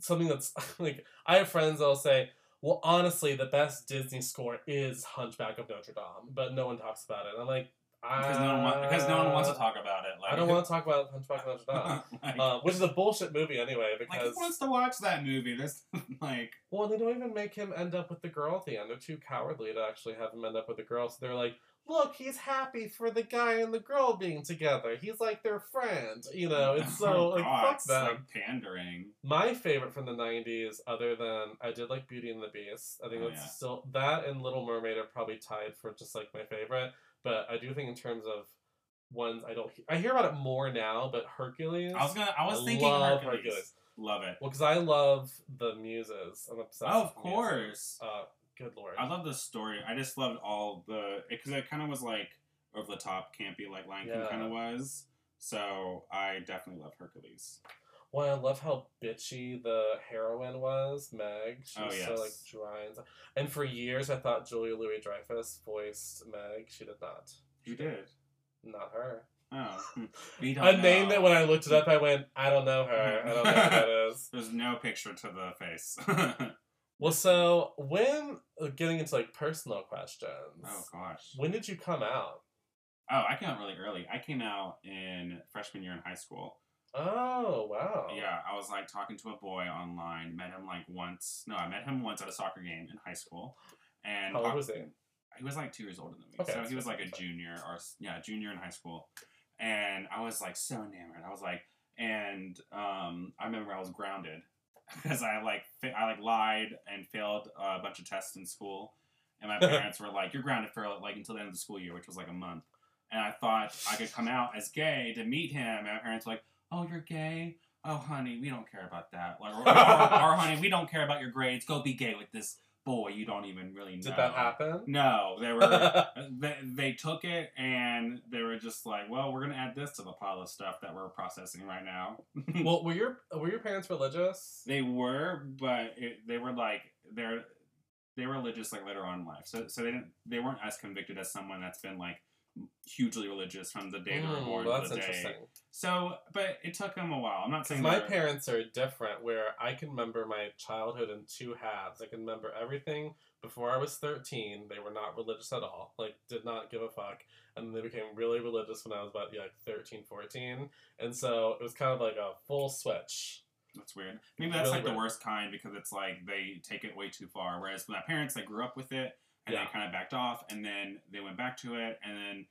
something that's like I have friends that'll say, "Well, honestly, the best Disney score is Hunchback of Notre Dame," but no one talks about it. I'm like, I, because no one, wa- because no one wants to talk about it like I don't want to talk about Hunchback of Notre Dame, like, uh, which is a bullshit movie anyway. like, who Because wants to watch that movie there's like well, they don't even make him end up with the girl at the end. They're too cowardly to actually have him end up with the girl. So they're like, "Look, he's happy for the guy and the girl being together. He's like their friend." You know, it's so oh like God, fuck it's, them. like pandering My favorite from the '90s, other than I did like Beauty and the Beast. I think Oh, that's yeah. still that and Little Mermaid are probably tied for just like my favorite. But I do think in terms of ones I don't, I hear about it more now. But Hercules, i was gonna i was thinking love hercules. love it Well, because I love the muses. I'm obsessed. oh of with muses. course Uh, good lord. I love the story. I just loved all the because it kind of was like over the top, campy, like Lion King Yeah. kind of was. So I definitely love Hercules. Well, I love how bitchy the heroine was, Meg. She Oh, was yes. so like dry and and for years I thought Julia Louis Dreyfus voiced Meg. She did not. You did. Not her. Oh, hmm. we don't a name know. that when I looked it up, I went, I don't know her. I don't know who that is. There's no picture to the face. Oh, Well, so when uh, getting into like personal questions, oh gosh. when did you come out? Oh, I came out really early. I came out in freshman year in high school. Oh, wow. Yeah, I was like talking to a boy online. Met him like once. No, I met him once at a soccer game in high school. And How old was he? He was like two years older than me. Okay, so that's he was fine, like a that's fine. junior or yeah, junior in high school. And I was like so enamored. I was like, and um, I remember I was grounded because I like fa- I like lied and failed uh, a bunch of tests in school. And my parents were like, "You're grounded for like until the end of the school year," which was like a month. And I thought I could come out as gay to meet him. And my parents were like, "Oh, you're gay? Oh, honey, we don't care about that. Like, or, or, or, honey, we don't care about your grades. Go be gay with this boy you don't even really know." Did that happen? No, they were they, they took it and they were just like, "Well, we're gonna add this to the pile of stuff that we're processing right now." well, were your were your parents religious? They were, but it, they were like they're they were religious like later on in life, so so they didn't they weren't as convicted as someone that's been like hugely religious from the day they were Mm, born well, to that's the day. interesting. So, but it took them a while. I'm not saying My they were- parents are different, where I can remember my childhood in two halves. I can remember everything before I was 13. They were not religious at all, like, did not give a fuck. And they became really religious when I was about, yeah, like, 13, 14. And so it was kind of like a full switch. That's weird. Maybe that's Really like the weird. worst kind because it's like they take it way too far. Whereas my parents, they grew up with it and Yeah. they kind of backed off, and then they went back to it, and then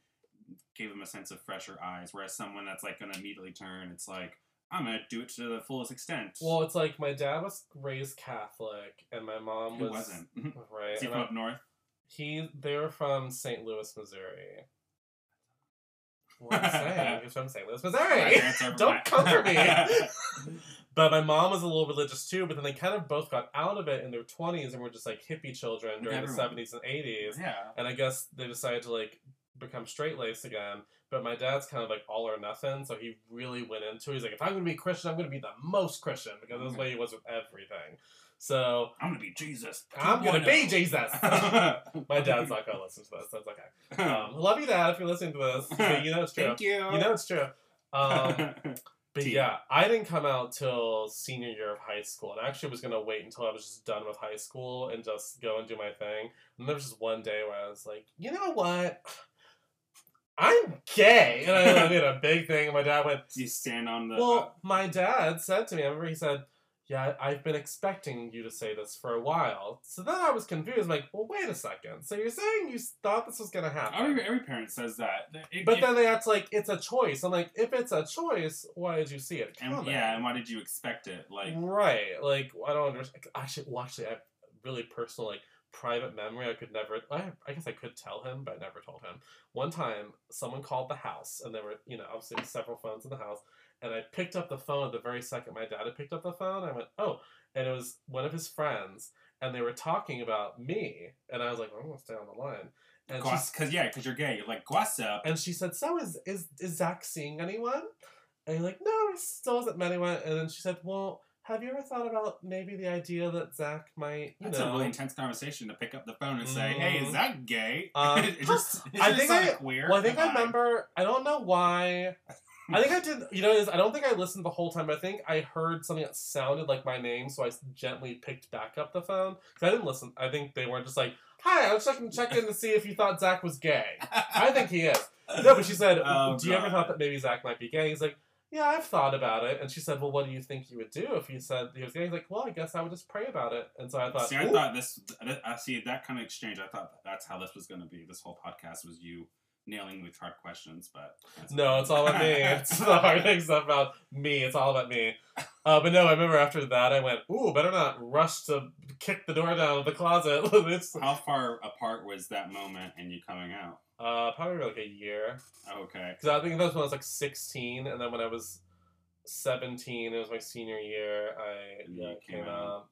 gave them a sense of fresher eyes. Whereas someone that's like going to immediately turn, it's like I'm going to do it to the fullest extent. Well, it's like my dad was raised Catholic, and my mom who was. wasn't? Right. Is he and from I- up north? He they were from St. Louis, Missouri. What I'm saying, he's from St. Louis, My Missouri. parents are- Don't come for me. but my mom was a little religious too, but then they kind of both got out of it in their twenties and were just like hippie children during the Everyone. seventies and eighties. yeah. And I guess they decided to like become straight laced again. But my dad's kind of like all or nothing, so he really went into it. He's like, if I'm gonna be Christian, I'm gonna be the most Christian because that's the way he was with everything. So I'm going to be Jesus. I'm gonna be Jesus. My dad's not like, gonna listen to this, so it's okay. Um, love you, Dad, if you're listening to this. But you know it's true. Thank you. You know it's true. Um, but Tea. yeah, I didn't come out till senior year of high school, and I actually was gonna wait until I was just done with high school and just go and do my thing. And there was just one day where I was like, you know what? I'm gay, and I did a big thing. And my dad went, you stand on the. well, my dad said to me, I remember he said, Yeah, I've been expecting you to say this for a while. So then I was confused, like, Well, wait a second. So you're saying you thought this was going to I mean, happen? every parent says that. It- But it- then they act like it's a choice. I'm like, If it's a choice, why did you see it and, coming? yeah, and why did you expect it? Like, Mm-hmm. right. Like, I don't understand. Actually, well, actually, I have uh, really personal, like, private memory. I could never, I, I guess I could tell him, but I never told him. One time, someone called the house, and there were, you know, obviously several phones in the house. And I picked up the phone at the very second my dad had picked up the phone. I went, oh. And it was one of his friends, and they were talking about me. And I was like, "Oh, I'm going to stay on the line. And she, because yeah, because you're gay. You're like gossip. and she said, so is, is, is Zach seeing anyone? And you're like, no, he still hasn't met anyone. And then she said, well, have you ever thought about maybe the idea that Zach might, you That's know, a really intense conversation to pick up the phone and say, Mhm. "Hey, is that gay?" Um, Is your- is I your think son I- queer? Well, I think I Am remember. I don't know why. I think I did. You know, I don't think I listened the whole time. But I think I heard something that sounded like my name, so I s- gently picked back up the phone because I didn't listen. I think they were just like, "Hi, I was checking check in to see if you thought Zach was gay." I think he is. No, but she said, Oh, "Do you ever God. thought that maybe Zach might be gay?" He's like, "Yeah, I've thought about it." And she said, "Well, what do you think you would do if you said he was gay?" He's like, "Well, I guess I would just pray about it." And so I thought, See, I uh, "Ooh, thought this. I see that kind of exchange. I thought that's how this was going to be. This whole podcast was you nailing me with hard questions, but that's- No, it's all about me. It's the hard thing's about me. It's all about me. Uh, but no, I remember after that, I went, ooh, better not rush to kick the door down of the closet. it's, How far apart was that moment and you coming out? uh, probably like a year. Okay. Because I think that was when I was like 16, and then when I was 17, it was my senior year, I And you yeah, came came out. out.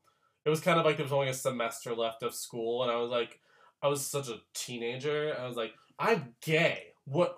It was kind of like there was only a semester left of school, and I was like, I was such a teenager. I was like, I'm gay. What?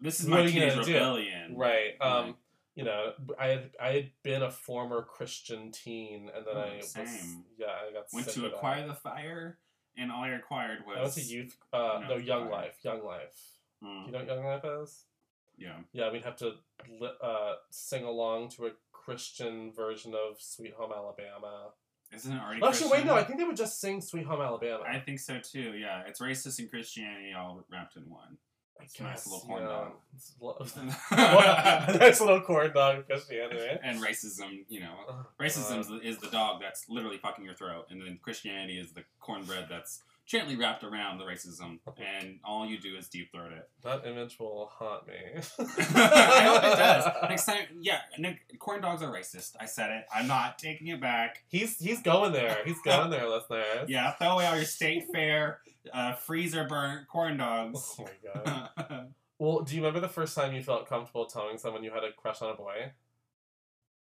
This is What my are you teenage gonna do? rebellion. Right. Um, Right. You know, I had I had been a former Christian teen, and then Oh, I was same. yeah I got Went sick to of that. acquire the fire, and all I acquired was I went to youth. Uh, No, no, Young fine. Life. Young Life. Mm, You know what Young Life is? Mm-hmm. yeah. Yeah, we'd have to li- uh, sing along to a Christian version of Sweet Home Alabama. Isn't it already? Well, actually, Oh, wait, Christian? no, I think they would just sing Sweet Home Alabama. I think so too. Yeah, it's racist and Christianity all wrapped in one. It's a nice little corn dog. It's lo- a nice little corn dog Christianity. and racism, you know, Oh, Racism God. is the, is the dog that's literally fucking your throat, and then Christianity is the cornbread that's gently wrapped around the racism, and all you do is deep throat it. That image will haunt me. I hope it does. Next time, yeah, no, corn dogs are racist. I said it. I'm not taking it back. He's he's going there. He's going there, listeners. Yeah, throw away all your state fair, uh, freezer burnt corn dogs. Uh, Oh my god. Well, do you remember the first time you felt comfortable telling someone you had a crush on a boy?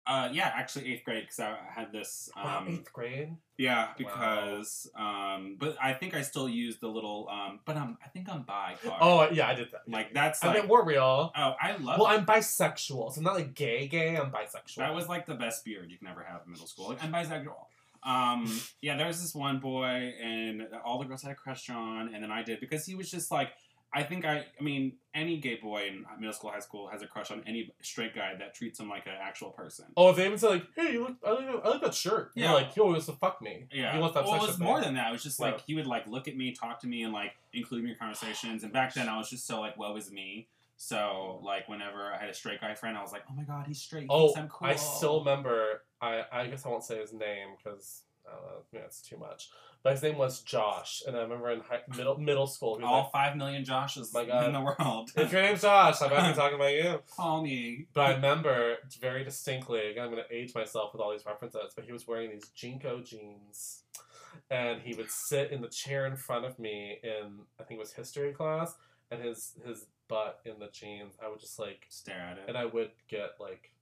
Uh, yeah, actually, eighth grade because I had this. Wow, Um, eighth grade. yeah, because um, but I think I still use the little um, but um, I think I'm bi. card. Oh yeah, I did that. like that's I like, mean, we're real. Oh, I love Well, it. I'm bisexual, so I'm not like gay, gay. I'm bisexual. That was like the best beard you can ever have in middle school. Like, I'm bisexual. Um, yeah, there was this one boy, and all the girls had a crush on, and then I did because he was just like, I think I, I mean, any gay boy in middle school, high school has a crush on any straight guy that treats him like an actual person. Oh, if they even said like, "Hey, you look, I like, I like that shirt," Yeah. you're like, "Yo, it's a fuck me." Yeah, you want that well, it sex was with me. more than that. It was just like Yeah. he would like look at me, talk to me, and like include me in conversations. And back then, I was just so like, "Woe is me." So like, whenever I had a straight guy friend, I was like, "Oh my god, he's straight. He Oh, thinks I'm cool." I still remember. I I guess I won't say his name because uh, yeah, it's too much. But his name was Josh, and I remember in high, middle middle school, he was all five million Joshes My God. in the world. like, "If your name's Josh, I'm not talking about you." Call me. But I remember very distinctly, again, I'm going to age myself with all these references, but he was wearing these Jinko jeans. And he would sit in the chair in front of me in, I think it was history class, and his, his butt in the jeans. I would just like, Stare at it. and I would get like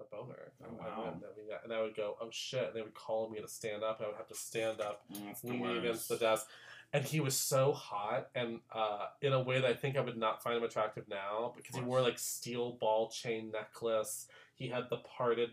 a boner. Oh, wow. And I would- And I would go, oh shit. And they would call me to stand up, and I would have to stand up Mm, That's the leaning worst. against the desk. And he was so hot, and uh, in a way that I think I would not find him attractive now because he wore like steel ball chain necklace. He had the parted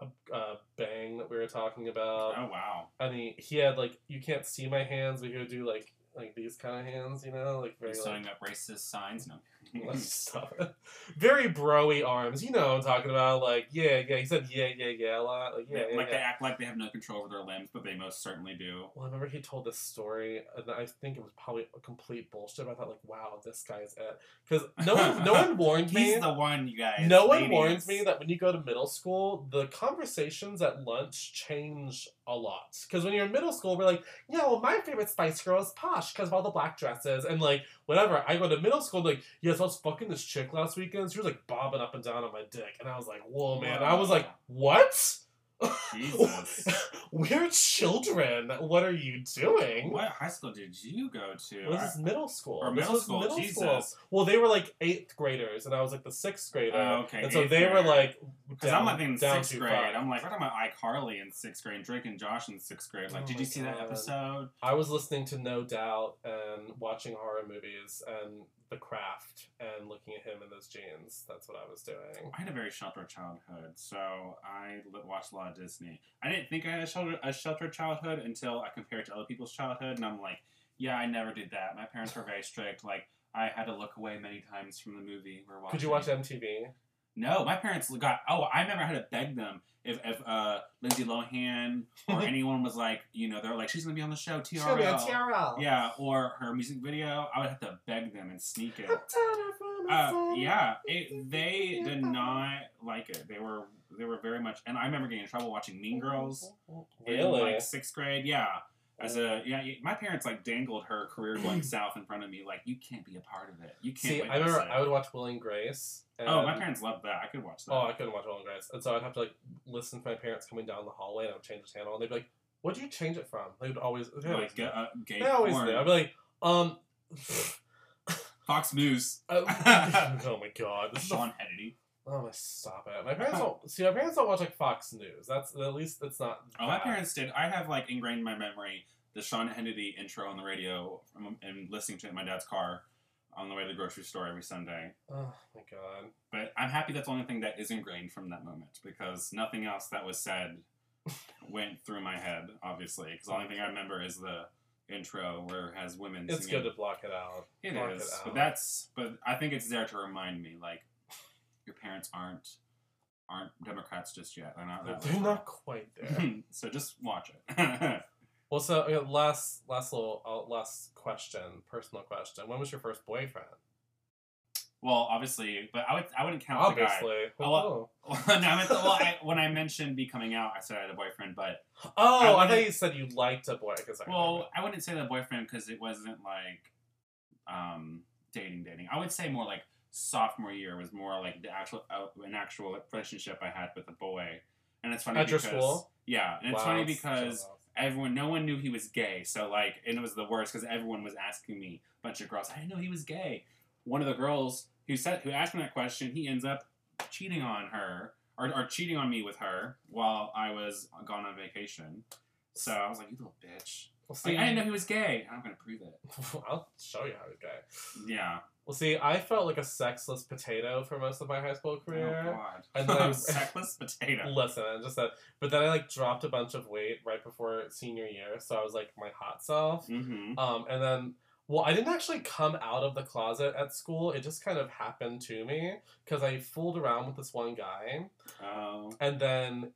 uh, uh, bang that we were talking about. Oh wow. And he, he had like, you can't see my hands, but he would do like like these kind of hands, you know? Like very He's like, sewing up racist signs. No. stop it. Very broy arms. You know what I'm talking about. Like, yeah, yeah. He said, yeah, yeah, yeah a lot. Like, yeah, They- yeah, like yeah. they act like they have no control over their limbs, but they most certainly do. Well, I remember he told this story, and I think it was probably a complete bullshit. But I thought, like, wow, this guy's it. Because no one, no one warned me. He's the one, you guys. No one ladies. warns me that when you go to middle school, the conversations at lunch change a lot. Because when you're in middle school, we're like, yeah, well, my favorite Spice Girl is Posh because of all the black dresses and like whatever. I go to middle school, like, yes, I was fucking this chick last weekend. She was like bobbing up and down on my dick, and I was like, whoa, man. I was like, what? Jesus. We're children. What are you doing? what high school did you go to? Well, this is middle school. Or This middle was school, Jesus. Well, they were like eighth graders, and I was like the sixth grader. Oh, okay, And so eighth they were grader. like, Because down, I'm like in down sixth too grade. far. I'm like, we're talking about iCarly in sixth grade, Drake and Josh in sixth grade. Like, Oh did my you see that God. episode? I was listening to No Doubt and watching horror movies and The Craft and looking at him in those jeans. That's what I was doing. I had a very sheltered childhood, so I li- watched a lot of Disney. I didn't think I had a, shelter, a sheltered childhood until I compared it to other people's childhood, and I'm like, yeah, I never did that. My parents were very strict. Like, I had to look away many times from the movie we we're watching. Could you watch MTV? No, my parents got. Oh, I remember I had to beg them if if uh, Lindsay Lohan or anyone was like, you know, they're like, she's gonna be on the show, TRL. TRL. Yeah, or her music video. I would have to beg them and sneak it. I'm tired of Uh, myself. yeah, it, they did not like it. They were they were very much, and I remember getting in trouble watching Mean Girls in Really? like sixth grade. Yeah, as a yeah, my parents like dangled her career going south in front of me. Like you can't be a part of it. You can't. See, I witness remember it. I would watch Will and Grace. And oh, my parents loved that. I could watch that. Oh, I couldn't watch Will and Grace, and so I'd have to like listen to my parents coming down the hallway, and I would change the channel, and they'd be like, "What would you change it from?" They would always, they always, like do. uh, gay They always porn. do. I'd be like, "Um, Fox News. uh, oh my god, this is a- Sean Hannity. oh my stop it." My parents don't see. My parents don't watch like Fox News. That's at least it's not. Oh, my that. parents did. I have like ingrained in my memory the Sean Hannity intro on the radio from, and listening to it in my dad's car on the way to the grocery store every Sunday. Oh my god. But I'm happy that's the only thing that is ingrained from that moment because nothing else that was said went through my head, obviously. Because the only thing I remember is the intro where it has women It's singing. good to block it out. It block is, it out. but that's but I think it's there to remind me like your parents aren't aren't Democrats just yet. They're not that. They're way. not quite there. so just watch it. well, so okay, last last little uh, last question, personal question. When was your first boyfriend? Well, obviously, but I would I wouldn't count the guy. Obviously. Oh, well- no, I meant the, well, I, when I mentioned me coming out, I said I had a boyfriend, but Oh, oh I, wouldn't- thought you said you liked a boy. Cause I well, I wouldn't say the boyfriend because it wasn't like um, dating dating. I would say more like sophomore year was more like the actual uh, an actual relationship I had with a boy, and it's funny At your because school? yeah, and it's Wow, funny that's so because awesome. everyone no one knew he was gay so like and it was the worst because everyone was asking me a bunch of girls i didn't know he was gay one of the girls who said who asked me that question he ends up cheating on her or, or cheating on me with her while i was gone on vacation so i was like you little bitch Well, see, like, i didn't know he was gay i'm gonna prove it I'll show you how to go. yeah Oh, Well, see, I felt like a sexless potato for most of my high school oh career. god And then I- sexless potato Listen, I just said, but then I like dropped a bunch of weight right before senior year, so I was like my hot self. mm-hmm Um, and then, well, I didn't actually come out of the closet at school. It just kind of happened to me because I fooled around with this one guy, oh and then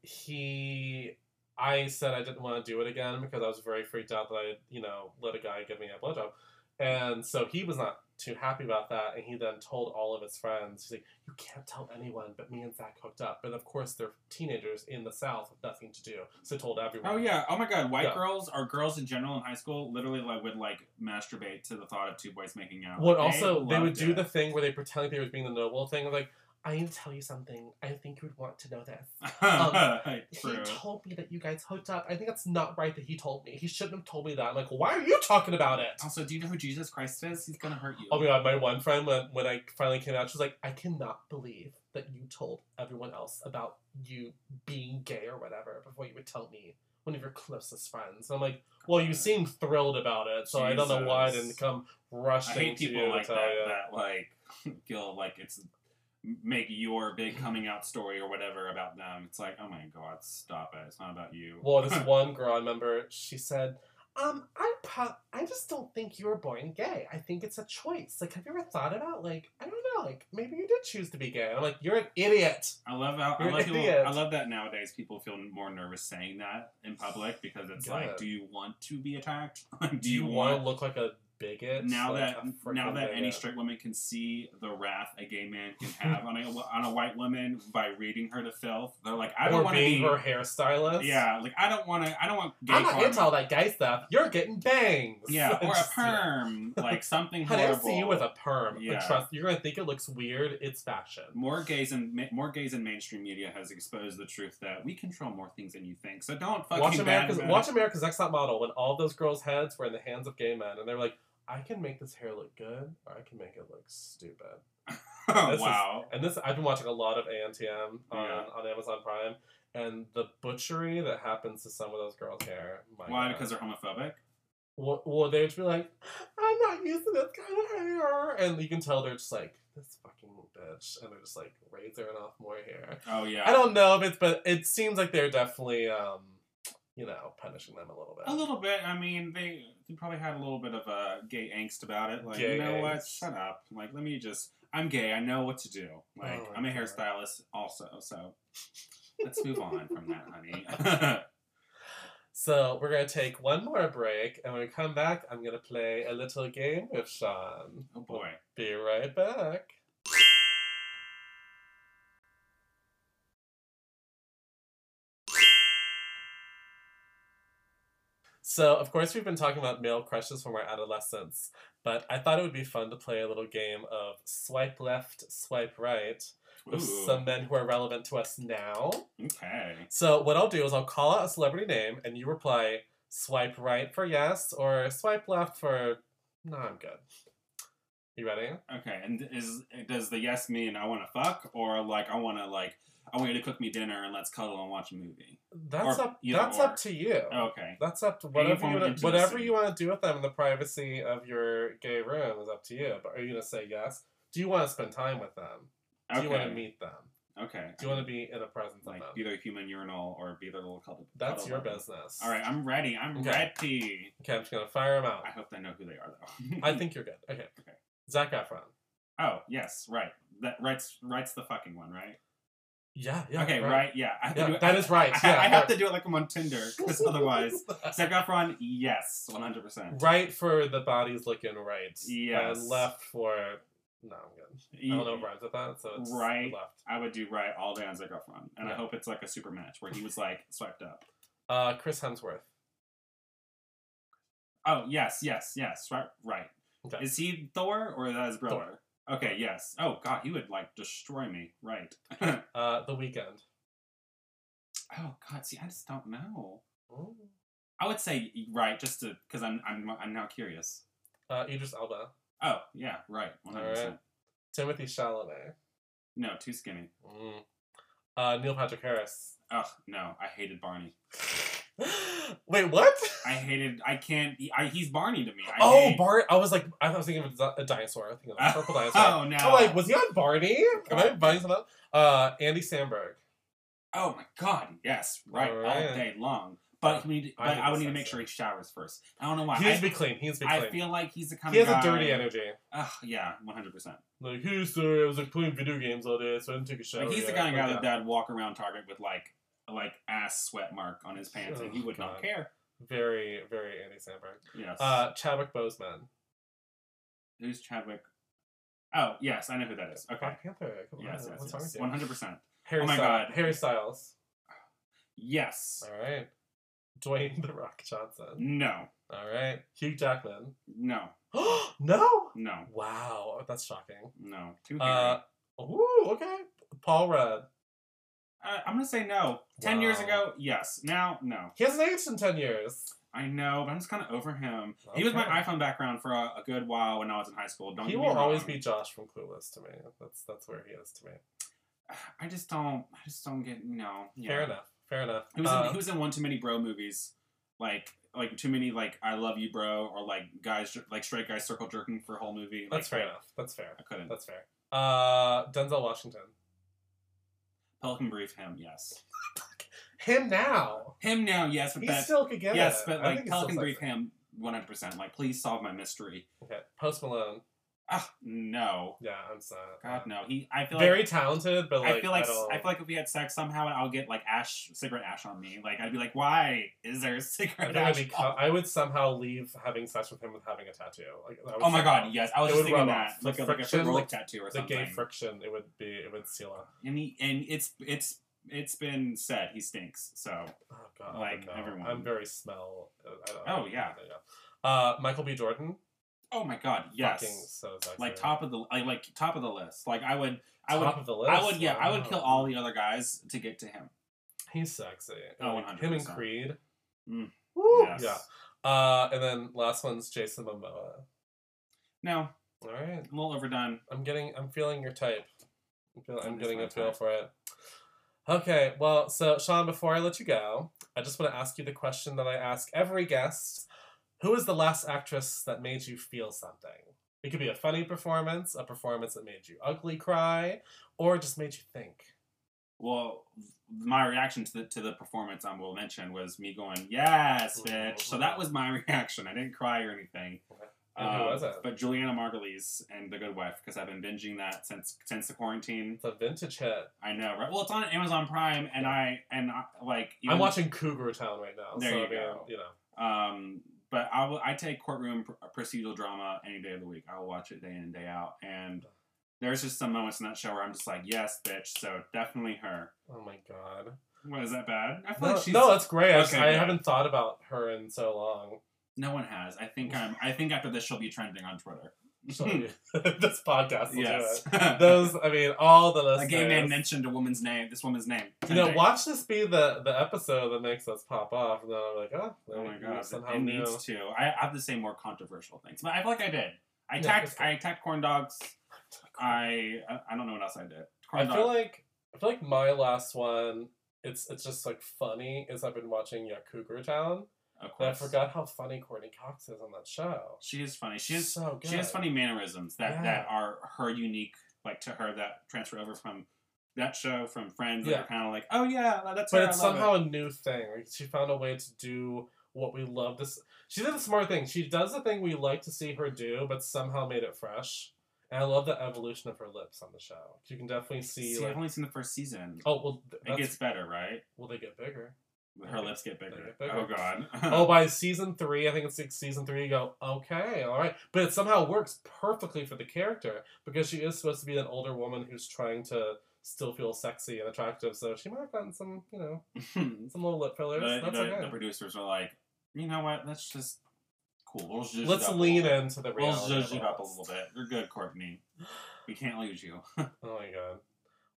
he, I said I didn't want to do it again because I was very freaked out that I, had, you know, let a guy give me a blowjob, and so he was not too happy about that, and he then told all of his friends, he's like, "You can't tell anyone, but me and Zach hooked up." But of course, they're teenagers in the South with nothing to do, so told everyone. Oh yeah! Oh my God! White Yeah. girls or girls in general in high school literally like would like masturbate to the thought of two boys making out. Well, They also they would loved do it. the thing where they pretend like they were being the noble thing, like I need to tell you something. I think you would want to know this. um, He True. told me that you guys hooked up. I think that's not right that he told me. He shouldn't have told me that. I'm like, why are you talking about it? Also, do you know who Jesus Christ is? He's gonna hurt you. Oh my god, my one friend when, when I finally came out, she was like, I cannot believe that you told everyone else about you being gay or whatever before you would tell me one of your closest friends. And I'm like, well, you seem thrilled about it, so I don't know why I Jesus. didn't come I rushing hate to you people to like tell that. you. That like feel like it's make your big coming out story or whatever about them. It's like, oh my God, stop it! It's not about you. Well, this one girl I remember, she said, "Um, I pro- I just don't think you were born gay. I think it's a choice. Like, have you ever thought about like I don't know, like maybe you did choose to be gay." And I'm like, "You're an idiot." I love how I You're love, an people, idiot. I love that nowadays people feel more nervous saying that in public because it's Yeah. like, do you want to be attacked? Do you, want want to look like a bigot? now Like, that a frickin' now that any bigot. straight woman can see the wrath a gay man can have on a on a white woman by reading her to filth, they're like, I don't or want to being be. her hairstylist. Yeah, like I don't want to. I don't want gay. I'm not karma. into all that gay stuff. You're getting bangs. Yeah, or a Just- perm, like something Honey, I horrible. see you with a perm. Yeah. But trust, you're gonna think it looks weird. It's fashion. more gays and ma- more gays in mainstream media has exposed the truth that we control more things than you think. So don't fucking Watch bad America's about Watch it. America's Next Top Model when all those girls' heads were in the hands of gay men, and they were like, "I can make this hair look good, or I can make it look stupid." Oh, This is- wow. And this, I've been watching a lot of ANTM on, Yeah. on Amazon Prime, and the butchery that happens to some of those girls' hair. my Why? God. Because they're homophobic. well, well, they would be like, "I'm not used to this kind of hair," and you can tell they're just like this fucking bitch, and they're just like razoring off more hair. Oh yeah. I don't know if it's, but it seems like they're definitely, um, you know, punishing them a little bit. A little bit. I mean, they, they probably had a little bit of uh, gay angst about it. Like, Gay you know what? angst. Shut up. Like, let me just. I'm gay. I know what to do. Like, Oh, I'm a God. hairstylist also. So let's move on from that, honey. So we're gonna take one more break, and when we come back, I'm gonna play a little game with Sean. oh boy. Be right back. So, of course, we've been talking about male crushes from our adolescence, but I thought it would be fun to play a little game of swipe left, swipe right with Ooh. some men who are relevant to us now. Okay. So what I'll do is I'll call out a celebrity name, and you reply swipe right for yes or swipe left for no. I'm good. You ready? Okay. And is does the yes mean I want to fuck or like I want to like I want you to cook me dinner and let's cuddle and watch a movie? That's Or up. either That's or. Oh. up to you. Okay. That's up to Any whatever form you of wanna, whatever intimacy. you want to do with them in the privacy of your gay room is up to you. But are you gonna say yes? Do you want to spend time with them? Do Okay. you want to meet them? Okay. Do you want to be in the presence like of be them? their human urinal or be their little cuddle? That's cuddle your buddy? business. All right. I'm ready. I'm Okay. ready. Okay, I'm just gonna fire them out. I hope they know who they are, though. I think you're good. Okay. Okay. Zach Efron. Oh yes, right. That writes writes the fucking one, right? Yeah. Yeah. okay, right. Yeah, I have Yeah, to do it. that is right. I, Yeah, I have right. to do it like I'm on Tinder, because otherwise, Zac Efron, yes, one hundred percent. right for the body's looking right. Yes. And left for No, I'm good. I don't know what rhymes with that, so it's Right. left. I would do right all day on Zach Efron, and I Yeah. hope it's like a super match where he was like swept up. Uh, Chris Hemsworth. Oh yes, yes, yes, right, right. Okay. Is he Thor or is that his brother? Okay, yes. Oh god, he would like destroy me, right? oh Uh, The Weekend. god, see, I just don't know. Oh. I would say right, just to because I'm I'm I'm now curious. Uh, Idris Elba. Oh yeah, right, one hundred percent. Alright. Timothy Chalamet. No, too skinny. Mm. Uh, Neil Patrick Harris. Ugh, no, I hated Barney. Wait, what? I hated. I can't. I, he's Barney to me. I oh, hate- Barney. I was like, I was thinking of a di- a dinosaur. I was thinking of a purple dinosaur. Oh no! I'm like, was he on Barney? Am I God. buying something up? Uh, Andy Samberg. Oh my god, yes, right, all Alright. day long. But we need, I but think I would that's need to make sexy. sure he showers first. I don't know why. He needs I, to be clean. He needs to be I clean. feel like he's the kind he of has a guy- dirty energy. Ugh, yeah, one hundred percent. Like, hey, sir, I was like playing video games all day, so I didn't take a shower. Like he's the yet." kind of Like uh, guy that that'd walk around Target with like like ass sweat mark on his pants, and he Oh, would not God. care. Very, very Andy Samberg. Yes. Uh, Chadwick Boseman. Who's Chadwick? Oh yes, I know who that is. Okay. Black Panther. Come on, Yes, what's wrong yes, with you? one hundred percent. Harry Oh my Styles. God. Harry Styles. Yes. All right. Dwayne the Rock Johnson. No. All right. Hugh Jackman. No. no. No. Wow, that's shocking. No. Too hairy. Uh, ooh, okay. Paul Rudd. Uh, I'm gonna say no. Ten years Wow. ago, yes. Now, no. He hasn't aged in ten years. I know, but I'm just kind of over him. He was my Okay. iPhone background for a, a good while when I was in high school. Don't he get will me wrong. always be Josh from Clueless to me. That's that's where he is to me. I just don't. I just don't get. No. Yeah. Fair enough. Fair enough. He was, in, Uh, he was in one too many bro movies, like like too many like I love you bro or like guys jer- like straight guys circle jerking for a whole movie. Like, that's fair enough. That's fair. I couldn't. That's fair. Uh, Denzel Washington. Pelican Brief him. Yes. Him now. Him now. Yes, but He that. still could get yes, it. I but think like he's still Pelican Brief sexy. him. One hundred percent. Like, please solve my mystery. Okay. Post Malone. Ah, no. Yeah, I'm sorry. God no. He. I feel like Very talented, but like I feel like don't- I feel like if we had sex somehow, I'll get like ash, cigarette ash on me. Like I'd be like, why is there I cigarette think I'd ash? be co- on- I would somehow leave having sex with him with having a tattoo. Like, I would Oh my somehow- god, yes, I It was just would thinking rub that off. like The a, like a friction, heroic like, tattoo or The something. gay friction, it would be, it would seal off. and he and it's it's it's been said he stinks. So Oh god, Like, no. everyone. I'm very smell. I don't, Oh, yeah. Uh, Michael B. Jordan. oh my god, yes, Fucking so sexy. like top of the like, like top of the list. Like I would, I top would, of the list. I would, yeah, I would wow. kill all the other guys to get to him. He's sexy. Oh, Like, him and 100%. Creed. Mm. Woo! Yes. Yeah. Uh, and then last one's Jason Momoa. No, All right, I'm a little overdone. I'm getting, I'm feeling your type. I'm, feel, I'm That's getting my a feel type. for it. Okay, well, so Sean, before I let you go, I just want to ask you the question that I ask every guest: Who is the last actress that made you feel something? It could be a funny performance, a performance that made you ugly cry, or just made you think. Well, my reaction to the to the performance I will mention was me going, Mm, "Yes, bitch." So that was my reaction. I didn't cry or anything. And who Uh, was it? But Juliana Margulies and The Good Wife because I've been binging that since since the quarantine. It's a vintage hit. I know, right? Well, it's on Amazon Prime, and I and I, like I'm watching Cougar Town right now. There so you I mean, go. you know. Um, but I will. I take courtroom pr- uh, procedural drama any day of the week. I will watch it day in and day out. And there's just some moments in that show where I'm just like, "Yes, bitch." So definitely her. Oh my god. What is that bad? I feel No, like she's no, that's great. I, just- Okay, I good. haven't thought about her in so long. No one has. I think I'm. I think after this, she'll be trending on Twitter. So, this podcast will yes. do it. Those, I mean, all the a listeners. gay man mentioned a woman's name. This woman's name. You know, Trending. watch this be the the episode that makes us pop off, and then I'm like, oh, Oh my we god! somehow it knew. needs to. I I have to say more controversial things, but I feel like I did. I Yeah, attacked. that's good. I attacked corn dogs. I uh, I- I don't know what else I did. Corn I dog. feel like I feel like my last one. It's it's just like funny. Is I've been watching yeah, Cougar Town, of and I course. forgot how funny Courtney Cox is on that show. She is funny. She has so good. she has funny mannerisms that Yeah. that are her unique, like to her that transfer over from that show from Friends. Yeah. Yeah. That are kind of like, oh yeah, that's but her. it's I love it." somehow a new thing. Like she found a way to do what we love. This she did a smart thing. She does the thing we like to see her do, but somehow made it fresh. And I love the evolution of her lips on the show. You can definitely see, See, like, I've only seen the first season. oh well, th- it that's, gets better, right? well they get bigger. Her lips get bigger. Bigger, bigger. Oh god. Oh, by season three, I think it's like season three, you go, okay, all right. But it somehow works perfectly for the character because she is supposed to be an older woman who's trying to still feel sexy and attractive. So she might have gotten some, you know, the, some little lip fillers. That's the- okay. the producers are like, you know what? That's just cool. We'll zhuzh it Let's up a lean little bit. into the We'll reality. zhuzh of it all up a this. little bit. You're good, Courtney. We can't lose you. Oh my god.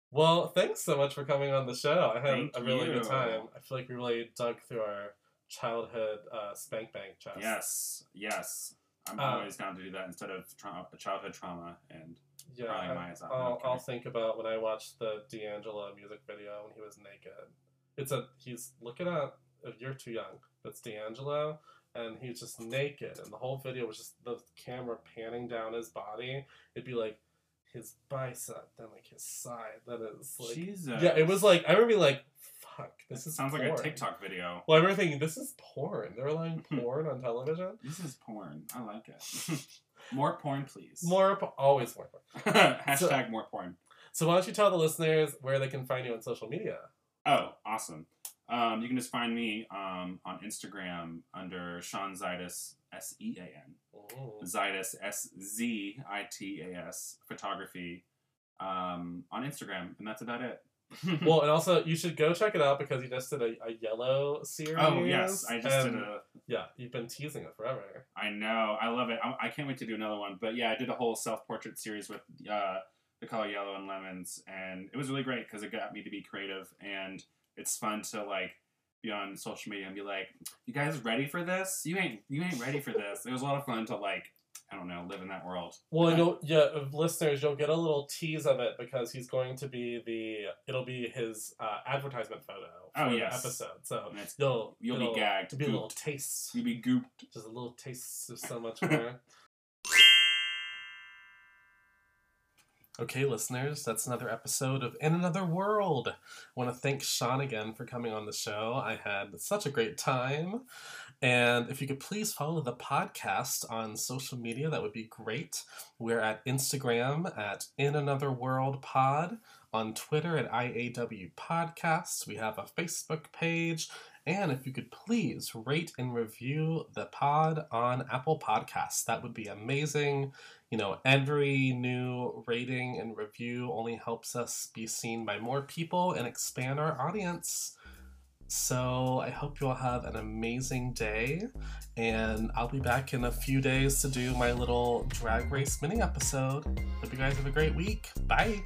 Well, thanks so much for coming on the show. I had Thank a really you. good time. I feel like we really dug through our childhood uh, spank bank chest. Yes, yes. I'm Uh, always going to do that instead of tra- childhood trauma and Yeah. crying I- my eyes out. I'll, Okay. I'll think about when I watched the D'Angelo music video when he was naked. It's a he's look it up. If you're too young, but it's D'Angelo, and he's just naked, and the whole video was just the camera panning down his body. It'd be like his bicep, then like his side, then it's like Jesus. yeah. It was like I remember being like, "Fuck, this This is sounds like porn." a TikTok Mm-hmm. video. Well, I remember thinking this is porn. They're allowing porn on television. This is porn. I like it. more porn, please. More po- always more porn. Hashtag So- more porn. So why don't you tell the listeners where they can find you on social media? Oh, awesome. Um, you can just find me um, on Instagram under Sean Zaitis, S E A N. Ooh. Zitas, S Z I T A S, photography um, on Instagram. And that's about it. Mm. Well, and also you should go check it out because you just did a, a yellow series. oh, yes. I just did and, a. Yeah, you've been teasing it forever. I know. I love it. I, I can't wait to do another one. But yeah, I did a whole self portrait series with uh, the color yellow and lemons, and it was really great because it got me to be creative, and it's fun to like be on social media and be like, "You guys ready for this? You ain't you ain't ready for this." It was a lot of fun to like, I don't know, live in that world. Well, and you'll, yeah, of listeners, you'll get a little tease of it because he's going to be the. It'll be his uh, advertisement photo for Oh, the yes. episode. So And it's- you'll You'll it'll be gagged. Be a little gooped. taste, You'll be gooped. just a little taste of so much more. Okay, listeners, that's another episode of In Another World. I want to thank Sean again for coming on the show. I had such a great time. And if you could please follow the podcast on social media, that would be great. We're at Instagram at In Another World Pod, on Twitter at IAW Podcasts. We have a Facebook page. And if you could please rate and review the pod on Apple Podcasts, that would be amazing. You know, every new rating and review only helps us be seen by more people and expand our audience. So I hope you all have an amazing day, and I'll be back in a few days to do my little drag race mini episode. Hope you guys have a great week. Bye.